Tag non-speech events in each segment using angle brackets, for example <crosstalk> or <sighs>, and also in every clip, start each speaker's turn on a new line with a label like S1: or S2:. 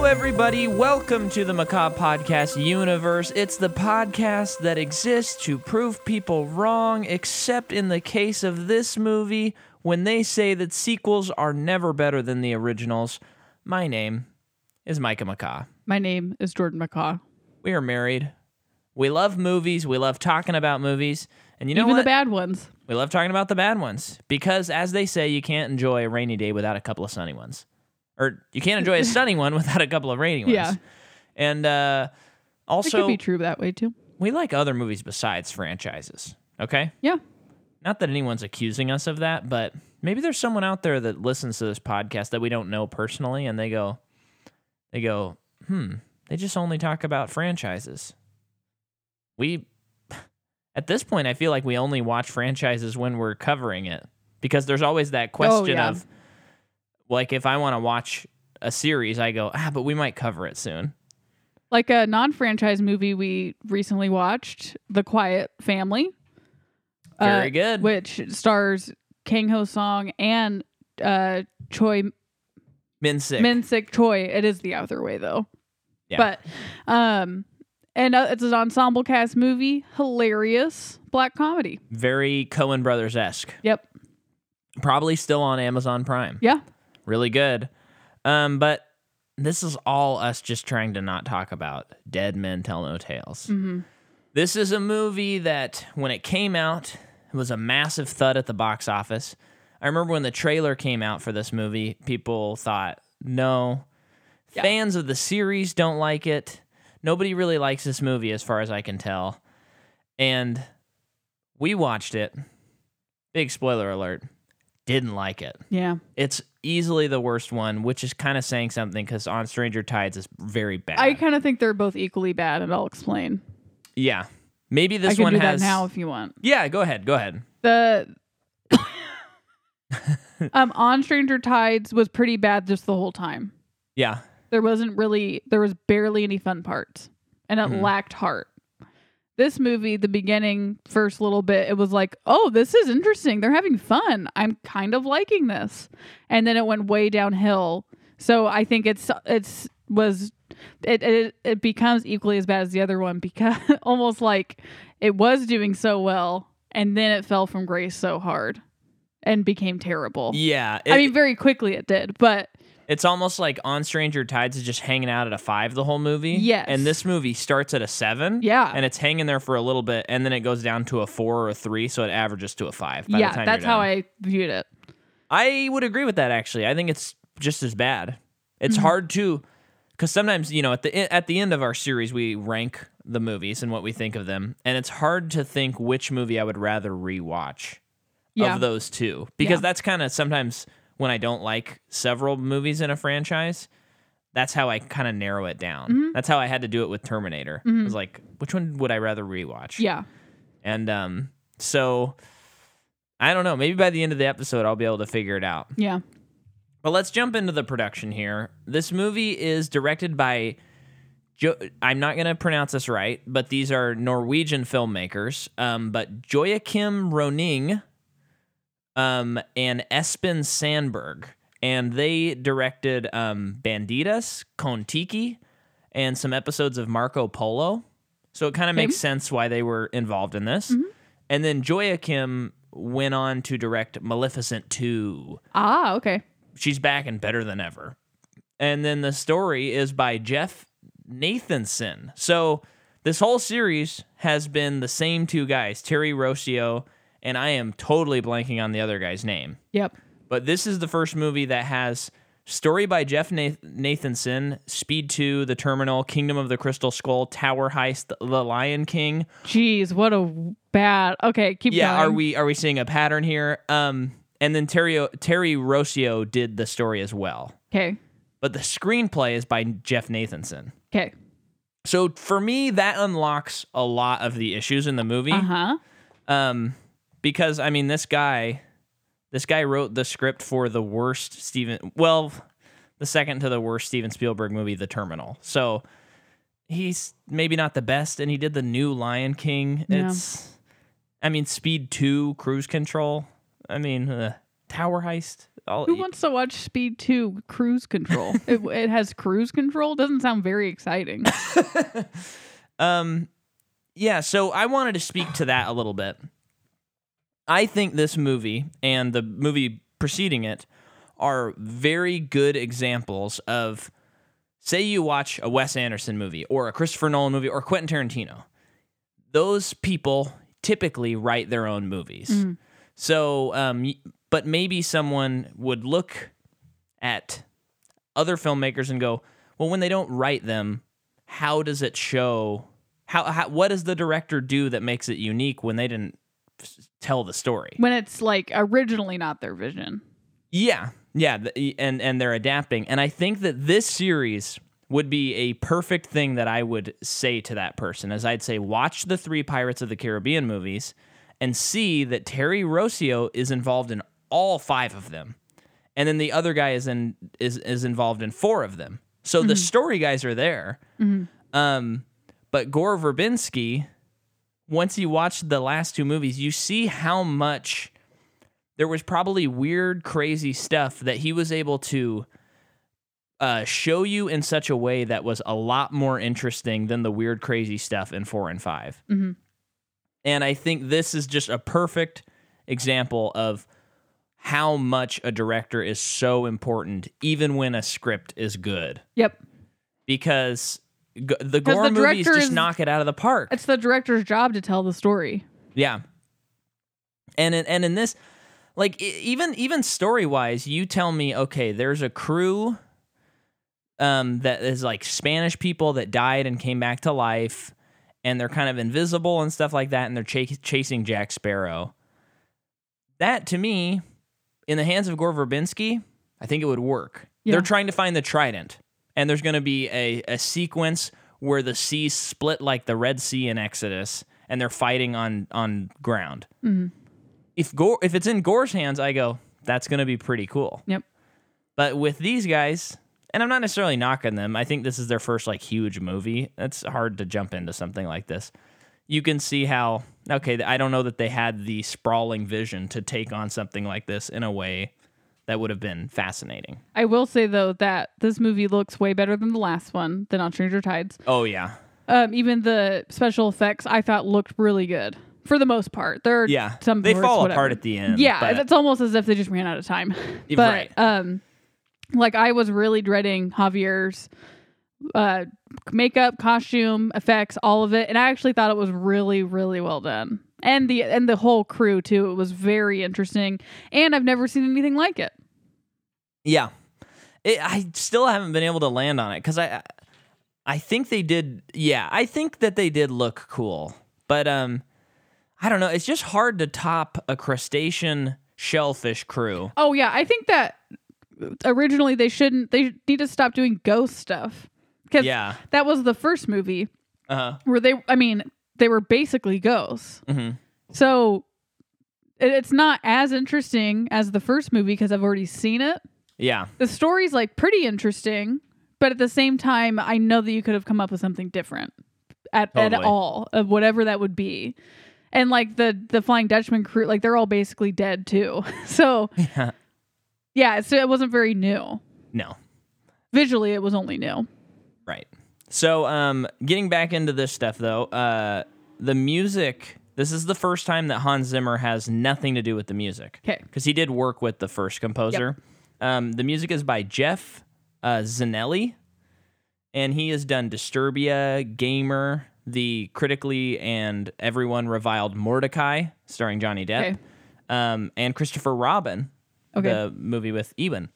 S1: everybody. Welcome to the Macabre Podcast universe. It's the podcast that exists to prove people wrong, except in the case of this movie when they say that sequels are never better than the originals. My name is Micah Macaw.
S2: My name is Jordan McCaw.
S1: We are married. We love movies. We love talking about movies. And you know
S2: Even
S1: what?
S2: the bad ones.
S1: we love talking about the bad ones because, as they say, you can't enjoy a rainy day without a couple of sunny ones. Or you can't enjoy a sunny one <laughs> without a couple of rainy ones.
S2: Yeah.
S1: And uh,
S2: It
S1: also,
S2: could be true that way too.
S1: we like other movies besides franchises. Okay?
S2: Yeah.
S1: Not that anyone's accusing us of that, but maybe there's someone out there that listens to this podcast that we don't know personally and they go they go, "Hmm, they just only talk about franchises." We at this point I feel like we only watch franchises when we're covering it because there's always that question
S2: Oh, yeah.
S1: of like if I want to watch a series, I go, "Ah, but we might cover it soon."
S2: Like a non franchise movie we recently watched, The Quiet Family.
S1: Very
S2: uh,
S1: good.
S2: Which stars Kang Ho Song and uh, Choi
S1: Min Sick.
S2: Min Sik Choi. It is the other way though.
S1: Yeah.
S2: But um and uh, it's an ensemble cast movie, hilarious black comedy.
S1: very Cohen Brothers esque.
S2: Yep.
S1: Probably still on Amazon Prime.
S2: Yeah.
S1: Really good. Um, but this is all us just trying to not talk about Dead Men Tell No Tales.
S2: Mhm.
S1: This is a movie that, when it came out, it was a massive thud at the box office. I remember when the trailer came out for this movie, people thought, no,
S2: Yeah.
S1: fans of the series don't like it. Nobody really likes this movie, as far as I can tell. And we watched it. Big spoiler alert. Didn't like it.
S2: Yeah.
S1: It's easily the worst one, which is kind of saying something because On Stranger Tides is very bad.
S2: I kind of think they're both equally bad and I'll explain.
S1: yeah. Maybe this
S2: I can
S1: one
S2: do
S1: has
S2: that now if you want.
S1: Yeah, go ahead. Go ahead.
S2: The <coughs> um on Stranger Tides was pretty bad just the whole time.
S1: Yeah.
S2: There wasn't really there was barely any fun parts and it
S1: Mhm.
S2: lacked heart. This movie, the beginning first little bit, it was like, "Oh, this is interesting. They're having fun. I'm kind of liking this." And then it went way downhill. So I think it's it's was it it, it becomes equally as bad as the other one because <laughs> almost like it was doing so well and then it fell from grace so hard and became terrible.
S1: Yeah.
S2: I
S1: it-
S2: mean, very quickly it did, but
S1: it's almost like On Stranger Tides is just hanging out at a five the whole movie.
S2: Yes.
S1: And this movie starts at a seven.
S2: yeah.
S1: And it's hanging there for a little bit, and then it goes down to a four or a three, so it averages to a five. By
S2: yeah,
S1: the time
S2: that's
S1: you're
S2: how
S1: done.
S2: I viewed it.
S1: I would agree with that actually. I think it's just as bad. It's
S2: Mm-hmm.
S1: hard to cuz sometimes, you know, at the e- at the end of our series we rank the movies and what we think of them, and it's hard to think which movie I would rather rewatch
S2: Yeah.
S1: of those two because
S2: Yeah.
S1: that's kind of sometimes when I don't like several movies in a franchise, that's how I kind of narrow it down.
S2: Mm-hmm.
S1: That's how I had to do it with Terminator. It was like, which one would I rather rewatch?
S2: yeah.
S1: And um so I don't know, maybe by the end of the episode I'll be able to figure it out.
S2: Yeah.
S1: But let's jump into the production here. This movie is directed by. Jo- I'm not going to pronounce this right, but these are Norwegian filmmakers. Um, but Joachim Roning um, and Espen Sandberg. And they directed um, Banditas, Kontiki, and some episodes of Marco Polo. So it kind of makes sense why they were involved in this. And then Joachim went on to direct Maleficent 2
S2: Ah, okay.
S1: she's back and better than ever. And then the story is by Jeff Nathanson. So this whole series has been the same two guys, Terry Rossio, and I am totally blanking on the other guy's name.
S2: Yep.
S1: But this is the first movie that has story by Jeff Nath- Nathanson, Speed 2, The Terminal, Kingdom of the Crystal Skull, Tower Heist, The Lion King,
S2: Jeez, what a bad. Okay, keep
S1: yeah,
S2: going.
S1: are we are we seeing a pattern here? Um, and then Terry Terry Rossio did the story as well,
S2: Okay.
S1: but the screenplay is by Jeff Nathanson.
S2: Okay.
S1: So for me, that unlocks a lot of the issues in the movie.
S2: Uh huh.
S1: Um, because I mean, this guy, this guy wrote the script for the worst Steven, well, the second to the worst Steven Spielberg movie, The Terminal. So he's maybe not the best, and he did the new Lion King.
S2: Yeah.
S1: It's, I mean, Speed Two, Cruise Control. I mean, uh, tower heist. All
S2: Who wants to watch Speed 2
S1: <laughs>
S2: Cruise Control? it, it has cruise control? Doesn't sound very exciting.
S1: um yeah, so I wanted to speak to that a little bit. I think this movie and the movie preceding it are very good examples of say you watch a Wes Anderson movie or a Christopher Nolan movie or Quentin Tarantino. Those people typically write their own movies.
S2: Mhm.
S1: So, um, y- but maybe someone would look at other filmmakers and go, well, when they don't write them, how does it show? How, how what does the director do that makes it unique when they didn't s- tell the story?
S2: when it's like originally not their vision.
S1: Yeah, yeah, th- e, and and they're adapting, and I think that this series would be a perfect thing that I would say to that person, as I'd say, watch the three Pirates of the Caribbean movies, and see that Terry Rossio is involved in all five of them, and then the other guy is in is is involved in four of them. So the story guys are there, um, but Gore Verbinski. Once you watch the last two movies, you see how much there was probably weird, crazy stuff that he was able to uh, show you in such a way that was a lot more interesting than the weird, crazy stuff in four and 5
S2: Mhm.
S1: And I think this is just a perfect example of how much a director is so important, even when a script is good,
S2: Yep.
S1: because g- the
S2: 'Cause
S1: gore
S2: the
S1: movies
S2: director
S1: just
S2: is-
S1: knock it out of the park.
S2: It's the director's job to tell the story.
S1: Yeah. And in, and in this like e- even even story-wise, you tell me okay, there's a crew um that is like Spanish people that died and came back to life and they're kind of invisible and stuff like that and they're chas chasing Jack Sparrow. That to me in the hands of Gore Verbinski, I think it would work.
S2: Yeah.
S1: They're trying to find the trident and there's going to be a, a sequence where the sea split like the Red Sea in Exodus, and they're fighting on on ground.
S2: Mhm.
S1: If Gore, if it's in Gore's hands, I go, that's going to be pretty cool.
S2: Yep.
S1: But with these guys, and I'm not necessarily knocking them. I think this is their first like huge movie. It's hard to jump into something like this. You can see how okay. I don't know that they had the sprawling vision to take on something like this in a way that would have been fascinating.
S2: I will say though that this movie looks way better than the last one, the Non Stranger Tides.
S1: Oh yeah,
S2: Um, even the special effects I thought looked really good for the most part. There are
S1: yeah.
S2: some
S1: they
S2: parts,
S1: fall
S2: whatever.
S1: apart at the end.
S2: Yeah,
S1: but-
S2: it's almost as if they just ran out of
S1: <laughs>
S2: time.
S1: Yeah,
S2: but
S1: right.
S2: um, like I was really dreading Javier's uh makeup, costume, effects, all of it, and I actually thought it was really, really well done. And the and the whole crew too. It was very interesting, and I've never seen anything like it.
S1: Yeah, it, I still haven't been able to land on it because I, I think they did. Yeah, I think that they did look cool, but um, I don't know. It's just hard to top a crustacean shellfish crew.
S2: Oh yeah, I think that originally they shouldn't. They need to stop doing ghost stuff because
S1: Yeah.
S2: that was the first movie
S1: Uh
S2: where they. I mean, they were basically ghosts.
S1: huh. hmm
S2: So it, it's not as interesting as the first movie because I've already seen it.
S1: Yeah.
S2: The story's like pretty interesting, but at the same time, I know that you could have come up with something different at at
S1: Totally.
S2: all of whatever that would be. And like the the Flying Dutchman crew, like they're all basically dead too. <laughs> So
S1: Yeah.
S2: yeah, so it wasn't very new.
S1: No.
S2: Visually, it was only new.
S1: Right. So, um, getting back into this stuff though, uh, the music. This is the first time that Hans Zimmer has nothing to do with the music.
S2: 'Kay.
S1: Because he did work with the first composer. Um, the music is by Jeff uh, Zanelli, and he has done Disturbia, Gamer, the critically and everyone reviled Mordecai, starring Johnny Depp,
S2: Okay.
S1: um, and Christopher Robin,
S2: Okay.
S1: the movie with Eben.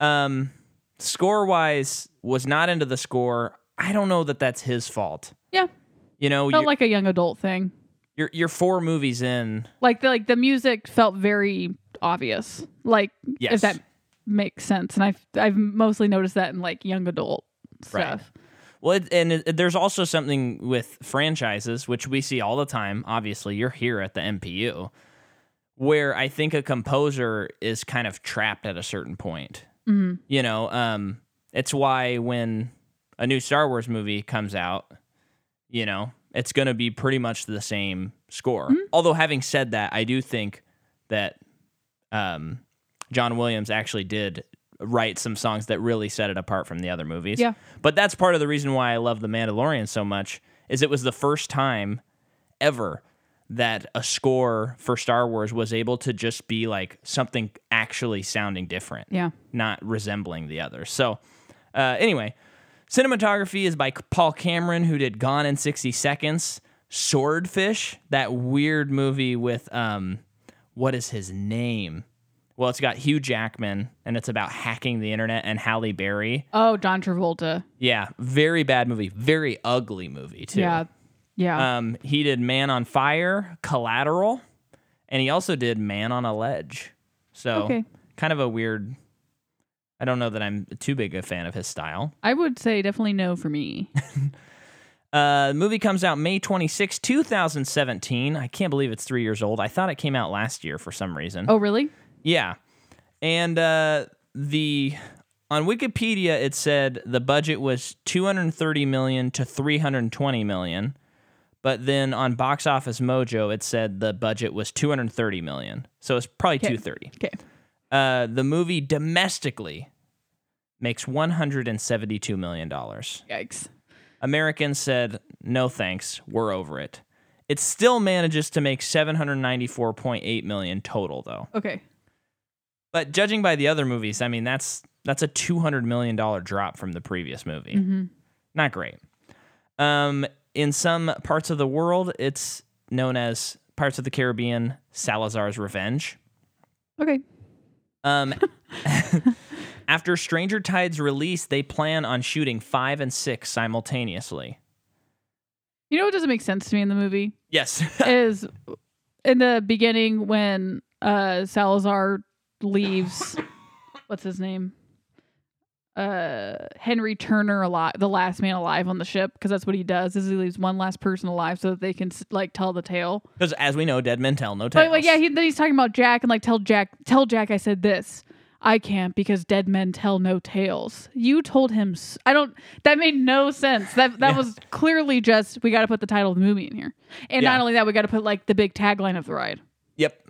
S1: Um, score wise, was not into the score. I don't know that that's his fault.
S2: Yeah,
S1: You know,
S2: felt
S1: you're,
S2: like a young adult thing.
S1: you're you're four movies in.
S2: Like the like the music felt very obvious. Like
S1: Yes.
S2: if that makes sense. And I've I've mostly noticed that in like young adult stuff.
S1: Well, it, and it, there's also something with franchises, which we see all the time. Obviously, you're here at the MPU, where I think a composer is kind of trapped at a certain point.
S2: Mhm.
S1: You know, um, it's why when a new Star Wars movie comes out, you know, it's going to be pretty much the same score. Although, having said that, I do think that um, John Williams actually did write some songs that really set it apart from the other movies.
S2: Yeah.
S1: But that's part of the reason why I love The Mandalorian so much is it was the first time ever that a score for Star Wars was able to just be like something actually sounding different
S2: Yeah.
S1: not resembling the other. So, uh, anyway, cinematography is by Paul Cameron, who did Gone in 60 Seconds, Swordfish, that weird movie with um, what is his name? Well, it's got Hugh Jackman, and it's about hacking the internet and Halle Berry.
S2: Oh, John Travolta.
S1: Yeah, very bad movie, very ugly movie too.
S2: Yeah. Yeah.
S1: Um, he did Man on Fire, Collateral, and he also did Man on a Ledge. So
S2: Okay.
S1: kind of a weird. I don't know that I'm too big a fan of his style.
S2: I would say definitely no for me.
S1: Uh, the movie comes out May 26, 2017. I can't believe it's three years old. I thought it came out last year for some reason.
S2: oh, really?
S1: Yeah. And uh, the on Wikipedia it said the budget was 230 million to 320 million. But then on Box Office Mojo it said the budget was 230 million. So it's probably 230.
S2: Okay.
S1: Uh, the movie domestically makes 172 million dollars.
S2: Yikes.
S1: Americans said, no thanks, we're over it. It still manages to make 794.8 million total, though.
S2: Okay.
S1: But judging by the other movies, I mean that's that's a two hundred million dollar drop from the previous movie.
S2: Mm-hmm.
S1: Not great. Um, in some parts of the world, it's known as parts of the Caribbean Salazar's Revenge.
S2: Okay.
S1: Um, <laughs> after Stranger Tides release, they plan on shooting five and six simultaneously.
S2: You know what doesn't make sense to me in the movie
S1: Yes. <laughs>
S2: is in the beginning when uh Salazar leaves what's his name? Uh Henry Turner alive, the last man alive on the ship because that's what he does is he leaves one last person alive so that they can s- like tell the tale.
S1: Because as we know, dead men tell no tales.
S2: But like yeah, he, then he's talking about Jack and like tell Jack tell Jack I said this. I can't because dead men tell no tales. You told him s- I don't that made no sense. That that
S1: Yeah.
S2: was clearly just we got to put the title of the movie in here. And
S1: Yeah.
S2: not only that we got to put like the big tagline of the ride.
S1: yep.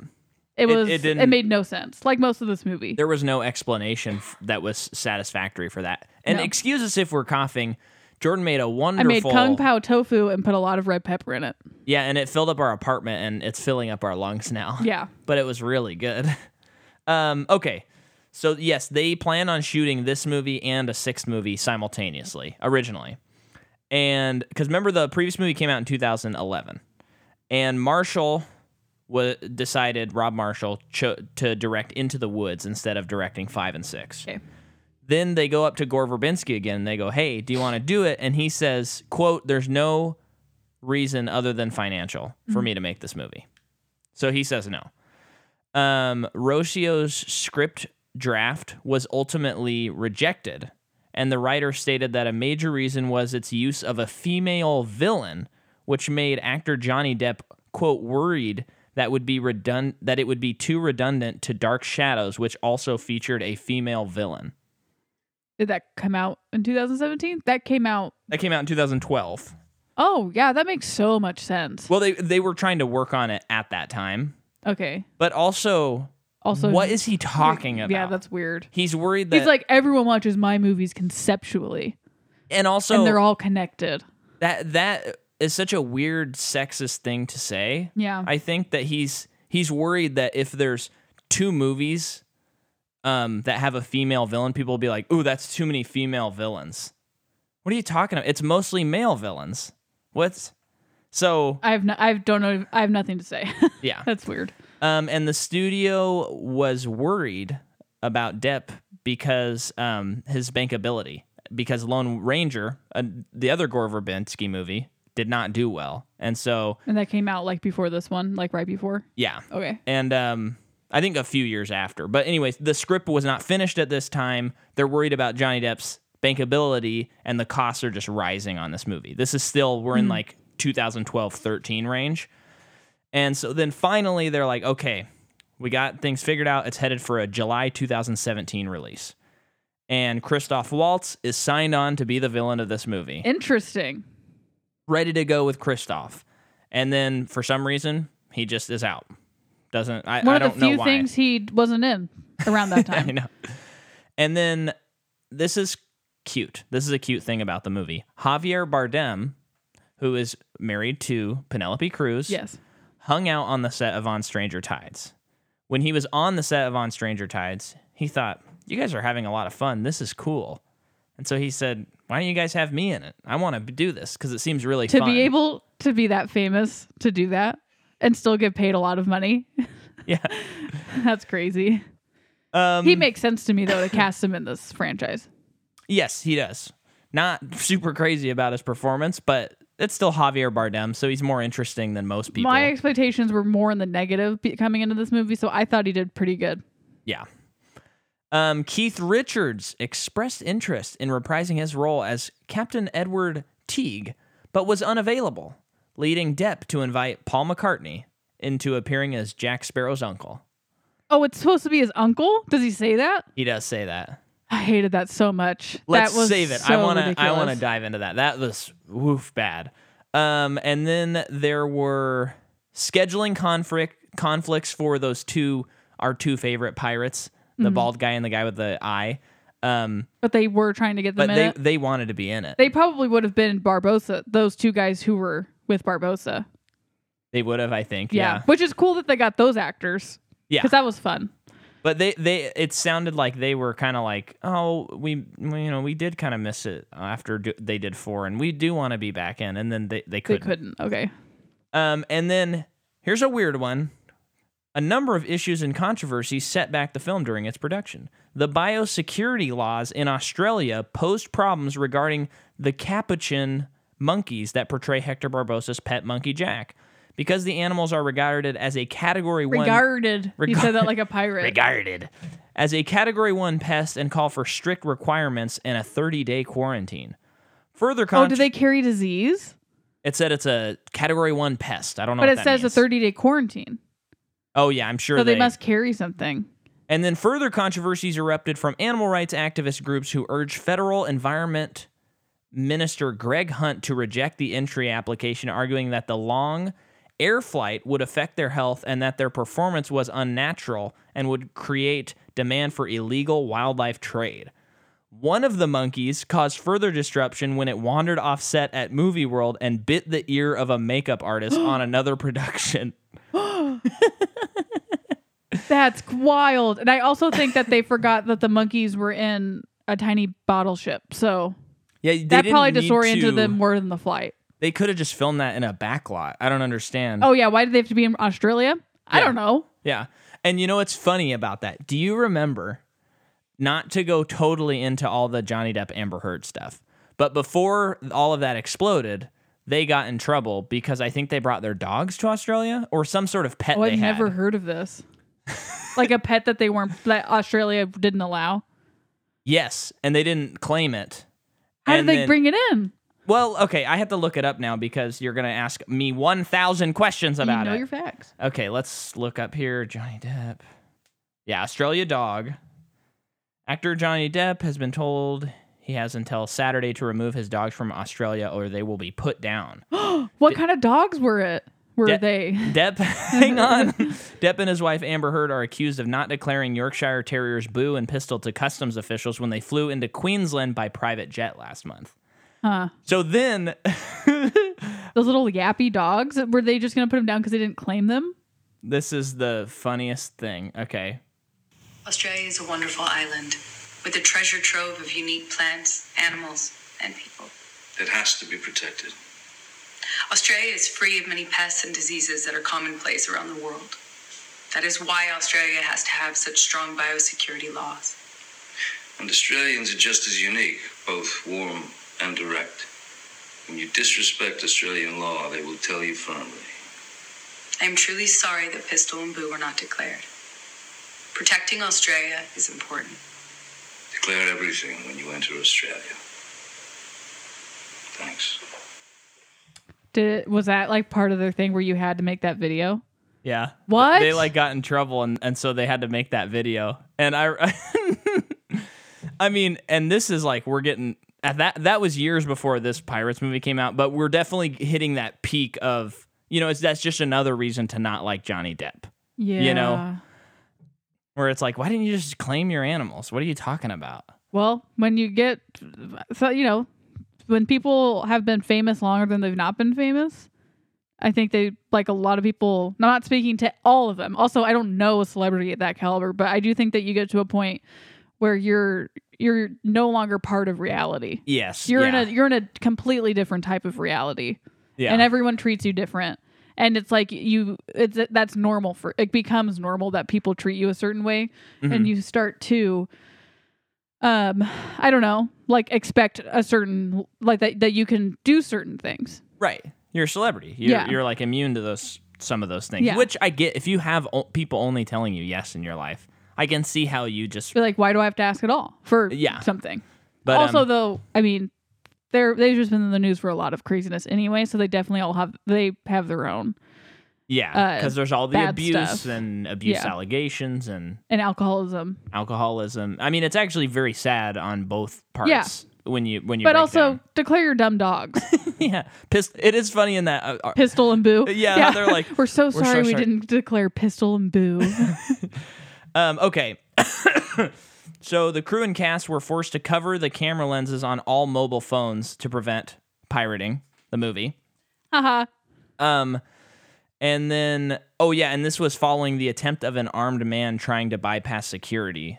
S2: It was
S1: it
S2: it,
S1: didn't-
S2: made no sense. Like most of this movie.
S1: There was no explanation f- that was satisfactory for that. And
S2: No.
S1: excuse us if we're coughing. Jordan made a
S2: I made
S1: wonderful
S2: kung pao tofu and put a lot of red pepper in it.
S1: Yeah, and it filled up our apartment and it's filling up our lungs now.
S2: Yeah.
S1: But it was really good. <laughs> Um, okay. So, yes, they plan on shooting this movie and a sixth movie simultaneously, originally. And because remember, the previous movie came out in 2011. And Marshall wa decided, Rob Marshall, cho- to direct Into the Woods instead of directing five and six.
S2: Okay.
S1: Then they go up to Gore Verbinski again and they go, Hey, do you want to do it? And he says, quote, there's no reason other than financial for me to make this movie. So he says no. Um, Rocio's script draft was ultimately rejected, and the writer stated that a major reason was its use of a female villain, which made actor Johnny Depp quote worried that would be redund- that it would be too redundant to Dark Shadows, which also featured a female villain.
S2: <laughs> Did that come out in 2017? That came out.
S1: That came out in 2012.
S2: Oh, yeah, that makes so much sense.
S1: Well, they they were trying to work on it at that time,
S2: Okay.
S1: but also
S2: Also
S1: what is he talking about?
S2: Yeah, that's weird.
S1: he's worried that
S2: He's like everyone watches my movies conceptually
S1: and also
S2: and they're all connected.
S1: that that is such a weird sexist thing to say.
S2: Yeah.
S1: I think that he's he's worried that if there's two movies um that have a female villain, people will be like, "Ooh, that's too many female villains." What are you talking about? It's mostly male villains. What's
S2: <laughs>
S1: so
S2: I have no, I don't know I have nothing to say. <laughs>
S1: yeah.
S2: that's weird.
S1: Um, and the studio was worried about Depp because um, his bankability, because Lone Ranger, uh, the other Gore Verbinski movie, did not do well, and so
S2: And that came out like before this one, like right before.
S1: yeah,
S2: Okay.
S1: and um, I think a few years after. But anyways, the script was not finished at this time. They're worried about Johnny Depp's bankability, and the costs are just rising on this movie. This is still we're in like 2012 13 range, and so then finally they're like, okay, we got things figured out. It's headed for a July 2017 release. And Christoph Waltz is signed on to be the villain of this movie
S2: Interesting.
S1: ready to go with Kristoff. And then for some reason, he just is out. Doesn't I,
S2: One
S1: I
S2: of
S1: don't
S2: the
S1: know
S2: few
S1: why.
S2: things he wasn't in around that
S1: <laughs>
S2: time.
S1: I know. And then this is cute. This is a cute thing about the movie. Javier Bardem, who is married to Penelope Cruz,
S2: yes.
S1: hung out on the set of On Stranger Tides. When he was on the set of On Stranger Tides, he thought, You guys are having a lot of fun. This is cool. And so he said, Why don't you guys have me in it? I want to do this because it seems really
S2: To
S1: fun.
S2: be able to be that famous to do that and still get paid a lot of money.
S1: Yeah.
S2: <laughs> That's crazy.
S1: Um,
S2: He makes sense to me though to cast him in this franchise.
S1: Yes, he does. Not super crazy about his performance, but it's still Javier Bardem, so he's more interesting than most people.
S2: My expectations were more in the negative be- coming into this movie, so I thought he did pretty good.
S1: Yeah. Um, Keith Richards expressed interest in reprising his role as Captain Edward Teague, but was unavailable, leading Depp to invite Paul McCartney into appearing as Jack Sparrow's uncle.
S2: Oh, it's supposed to be his uncle? Does he say that?
S1: He does say that.
S2: I hated that so much.
S1: Let's
S2: that was
S1: save it. I
S2: so
S1: want to. I want to
S2: ridiculous.
S1: dive into that. That was woof bad. Um, and then there were scheduling conflict conflicts for those two our two favorite pirates, the
S2: Mm-hmm.
S1: bald guy and the guy with the eye. Um,
S2: But they were trying to get them
S1: but
S2: in
S1: they
S2: it.
S1: they wanted to be in it.
S2: They probably would have been Barbosa, those two guys who were with Barbosa.
S1: They would have, I think.
S2: Yeah.
S1: Yeah.
S2: Which is cool that they got those actors.
S1: Yeah.
S2: Because that was fun.
S1: But they, they, it sounded like they were kind of like, oh, we, we, you know, we did kind of miss it after do, they did four, and we do want to be back in, and then they, they
S2: They
S1: couldn't.
S2: couldn't. Okay.
S1: Um, and then here's a weird one. A number of issues and controversies set back the film during its production. The biosecurity laws in Australia posed problems regarding the capuchin monkeys that portray Hector Barbosa's pet monkey Jack. Because the animals are regarded as a category one
S2: Regarded. You said that like a pirate.
S1: regarded as a category 1 pest and call for strict requirements and a 30-day quarantine. Further
S2: oh,
S1: con-
S2: do they carry disease?
S1: it said it's a category 1 pest. I don't know
S2: But
S1: what
S2: it
S1: that
S2: says
S1: means.
S2: a 30 day quarantine.
S1: Oh yeah, I'm sure
S2: So they must carry something.
S1: And then further controversies erupted from animal rights activist groups who urged federal environment minister Greg Hunt to reject the entry application, arguing that the long air flight would affect their health and that their performance was unnatural and would create demand for illegal wildlife trade. One of the monkeys caused further disruption when it wandered off set at Movie World and bit the ear of a makeup <gasps> artist on another production.
S2: That's wild. And I also think that they forgot that the monkeys were in a tiny bottle ship. So
S1: Yeah, they
S2: that
S1: didn't
S2: probably
S1: need
S2: disoriented
S1: to-
S2: them more than the flight.
S1: They could have just filmed that in a back lot. I don't understand.
S2: Oh, yeah. Why did they have to be in Australia? I
S1: Yeah.
S2: don't know.
S1: Yeah. And you know what's funny about that? Do you remember not to go totally into all the Johnny Depp Amber Heard stuff? But before all of that exploded, they got in trouble because I think they brought their dogs to Australia or some sort of pet
S2: Oh,
S1: they
S2: I've never
S1: had.
S2: heard
S1: <laughs>
S2: of this. like a pet that they weren't, that Australia didn't allow.
S1: Yes, and they didn't claim it.
S2: How
S1: And
S2: did they
S1: then-
S2: bring it in?
S1: Well, okay, I have to look it up now because you're going to ask me 1000 questions about
S2: you know
S1: it.
S2: your facts.
S1: Okay, let's look up here. Johnny Depp. Yeah, Australia dog. Actor Johnny Depp has been told he has until Saturday to remove his dogs from Australia or they will be put down.
S2: What kind of dogs were it? Were
S1: De-
S2: they?
S1: Depp, <laughs> hang on. Depp and his wife Amber Heard are accused of not declaring Yorkshire Terriers Boo and Pistol to customs officials when they flew into Queensland by private jet last month.
S2: Huh.
S1: So then <laughs>
S2: Those little yappy dogs? Were they just going to put them down because they didn't claim them?
S1: this is the funniest thing. Okay.
S3: Australia is a wonderful island with a treasure trove of unique plants, animals, and people.
S4: It has to be protected.
S3: Australia is free of many pests and diseases that are commonplace around the world. That is why Australia has to have such strong biosecurity laws.
S4: And Australians are just as unique, both warm and direct. When you disrespect Australian law, they will tell you firmly.
S3: I am truly sorry that pistol and boo were not declared. Protecting Australia is important.
S4: Declare everything when you enter Australia. Thanks.
S2: Did it, was that like part of their thing where you had to make that video?
S1: Yeah.
S2: What?
S1: They like got in trouble and, and so they had to make that video. And I <laughs> I mean, and this is like we're getting at that that was years before this Pirates movie came out, but we're definitely hitting that peak of, you know, it's that's just another reason to not like Johnny Depp.
S2: Yeah.
S1: You know. where it's like, why didn't you just claim your animals? What are you talking about?
S2: Well, when you get, so you know, when people have been famous longer than they've not been famous, I think they like a lot of people. I'm not speaking to all of them. Also, I don't know a celebrity at that caliber, but I do think that you get to a point where you're you're no longer part of reality.
S1: Yes,
S2: You're
S1: yeah,
S2: in a you're in a completely different type of reality,
S1: yeah,
S2: and everyone treats you different. And it's like you, it's that's normal for it becomes normal that people treat you a certain way
S1: Mhm.
S2: and you start to um i don't know like expect a certain like that that you can do certain things
S1: right. You're a celebrity. You're,
S2: Yeah.
S1: you're like immune to those some of those things,
S2: Yeah.
S1: which I get. If you have o- people only telling you yes in your life, I can see how you just.
S2: You're like why do i have to ask at all for
S1: Yeah.
S2: something
S1: But
S2: also
S1: um,
S2: though i mean they're they've just been in the news for a lot of craziness anyway so they definitely all have they have their own
S1: yeah,
S2: uh,
S1: because there's all the
S2: bad
S1: abuse
S2: stuff.
S1: and abuse
S2: Yeah.
S1: allegations and
S2: and alcoholism
S1: alcoholism. I mean, it's actually very sad on both parts.
S2: Yeah.
S1: When you when you
S2: but
S1: break
S2: also
S1: down. <laughs>
S2: declare your dumb dogs
S1: yeah pissed it is funny in that uh, uh,
S2: pistol and boo
S1: Yeah, they're like,
S2: we're so
S1: so
S2: sorry we
S1: sorry."
S2: didn't declare pistol
S1: <laughs>
S2: and boo
S1: Um, okay. <coughs> so the crew and cast were forced to cover the camera lenses on all mobile phones to prevent pirating the movie.
S2: haha
S1: Um, and then, oh yeah, and this was following the attempt of an armed man trying to bypass security.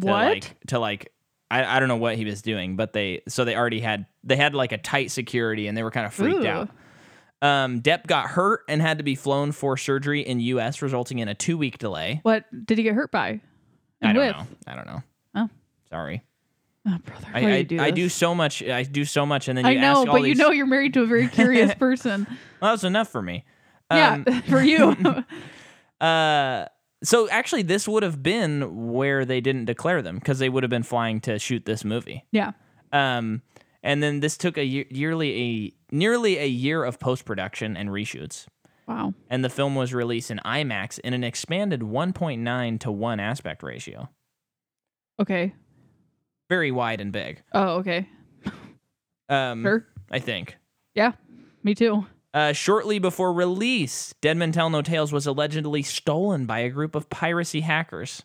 S1: To
S2: what
S1: Like, to like, I, I don't know what he was doing, but they so they already had they had like a tight security and they were kind of freaked
S2: Ooh.
S1: out. Um, Depp got hurt and had to be flown for surgery in U.S., resulting in a two-week delay.
S2: what did he get hurt by
S1: I
S2: And
S1: don't
S2: with?
S1: know. I don't know.
S2: Oh.
S1: sorry.
S2: Oh, brother,
S1: I,
S2: why do
S1: I,
S2: you do
S1: I do
S2: this?
S1: so much. I do so much, and then you
S2: I know,
S1: ask all
S2: but
S1: these.
S2: you know you're married to a very curious person.
S1: <laughs> well, that was enough for me. Um,
S2: yeah, <laughs>
S1: <laughs>
S2: for you.
S1: Uh, so actually, this would have been where they didn't declare them because they would have been flying to shoot this movie.
S2: yeah.
S1: Um, and then this took a year, yearly a nearly a year of post production and reshoots.
S2: Wow.
S1: And the film was released in IMAX in an expanded 1.9 to 1 aspect ratio.
S2: Okay.
S1: Very wide and big.
S2: Oh, okay.
S1: Um,
S2: Sure.
S1: I think.
S2: Yeah. Me too.
S1: Uh, shortly before release, Dead Men Tell No Tales was allegedly stolen by a group of piracy hackers.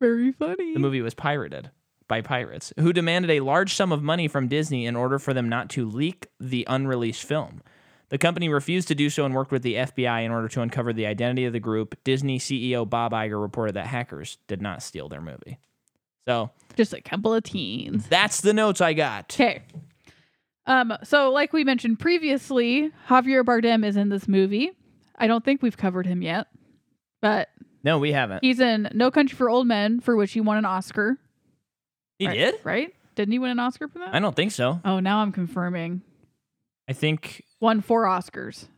S2: Very funny.
S1: The movie was pirated by pirates, who demanded a large sum of money from Disney in order for them not to leak the unreleased film. The company refused to do so and worked with the FBI in order to uncover the identity of the group. Disney CEO Bob Iger reported that hackers did not steal their movie. So
S2: Just a couple of teens.
S1: that's the notes I got.
S2: Okay. Um. So, like we mentioned previously, Javier Bardem is in this movie. I don't think we've covered him yet, but
S1: No, we haven't.
S2: he's in No Country for Old Men, for which he won an Oscar.
S1: He
S2: Right-
S1: did?
S2: right? Didn't he win an Oscar for that?
S1: I don't think so.
S2: oh, now I'm confirming.
S1: I think
S2: won four Oscars.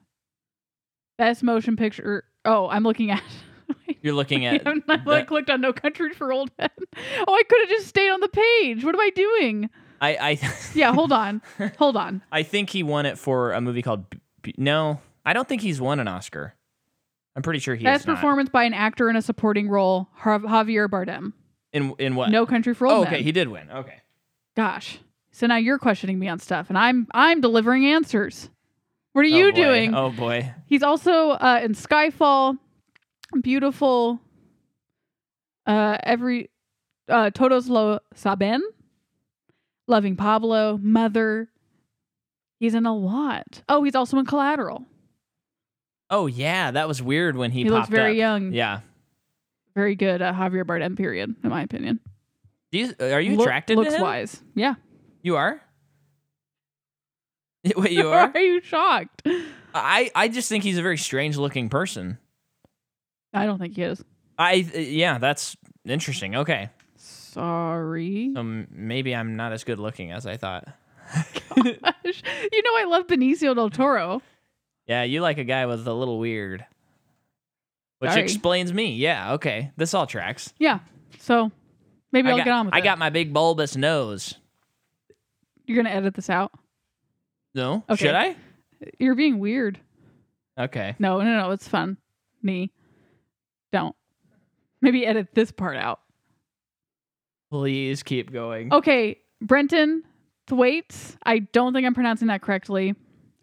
S2: Best motion picture. Oh, I'm looking at. <laughs>
S1: you're looking at.
S2: I'm not,
S1: the-
S2: like, clicked on No Country for Old Men. Oh, I could have just stayed on the page. What am I doing?
S1: I, I
S2: <laughs> Yeah,
S1: <laughs>
S2: hold on, hold on.
S1: I think he won it for a movie called. B- B- no, I don't think he's won an Oscar. I'm pretty sure he
S2: Best
S1: has not.
S2: performance by an actor in a supporting role, Jav- Javier Bardem.
S1: in in what?
S2: No Country for Old
S1: Oh,
S2: Men.
S1: okay, he did win. Okay.
S2: Gosh. So now you're questioning me on stuff, and I'm I'm delivering answers. What are you
S1: Oh, boy.
S2: doing?
S1: Oh boy.
S2: He's also uh, in Skyfall, beautiful. Uh, every uh, Todos lo saben, loving Pablo, mother. He's in a lot. Oh, he's also in Collateral.
S1: Oh yeah, that was weird when he,
S2: He, looks
S1: popped
S2: very
S1: up.
S2: young.
S1: Yeah.
S2: very good. Uh, Javier Bardem. Period, in my opinion.
S1: Do you, uh, are you
S2: Look-
S1: attracted
S2: Looks
S1: to him?
S2: wise. Yeah. <laughs>
S1: You are. <laughs> Wait, you are?
S2: <laughs> Why are you shocked?
S1: I I just think he's a very strange looking person.
S2: I don't think he is.
S1: I uh, yeah, that's interesting. Okay,
S2: Sorry.
S1: so m- maybe I'm not as good looking as I thought.
S2: Gosh. <laughs> you know I love Benicio del Toro.
S1: Yeah, you like a guy with a little weird. Which
S2: Sorry.
S1: explains me. Yeah, okay. This all tracks.
S2: Yeah. So maybe
S1: I
S2: I'll
S1: got,
S2: get on with
S1: I
S2: it.
S1: got my big bulbous nose.
S2: You're gonna edit this out.
S1: No?
S2: Okay.
S1: Should I?
S2: You're being weird.
S1: Okay.
S2: No, no, no. It's fun. Me. Don't. Maybe edit this part out.
S1: Please keep
S2: Oh.
S1: going.
S2: Okay, Brenton Thwaites. I don't think I'm pronouncing that correctly.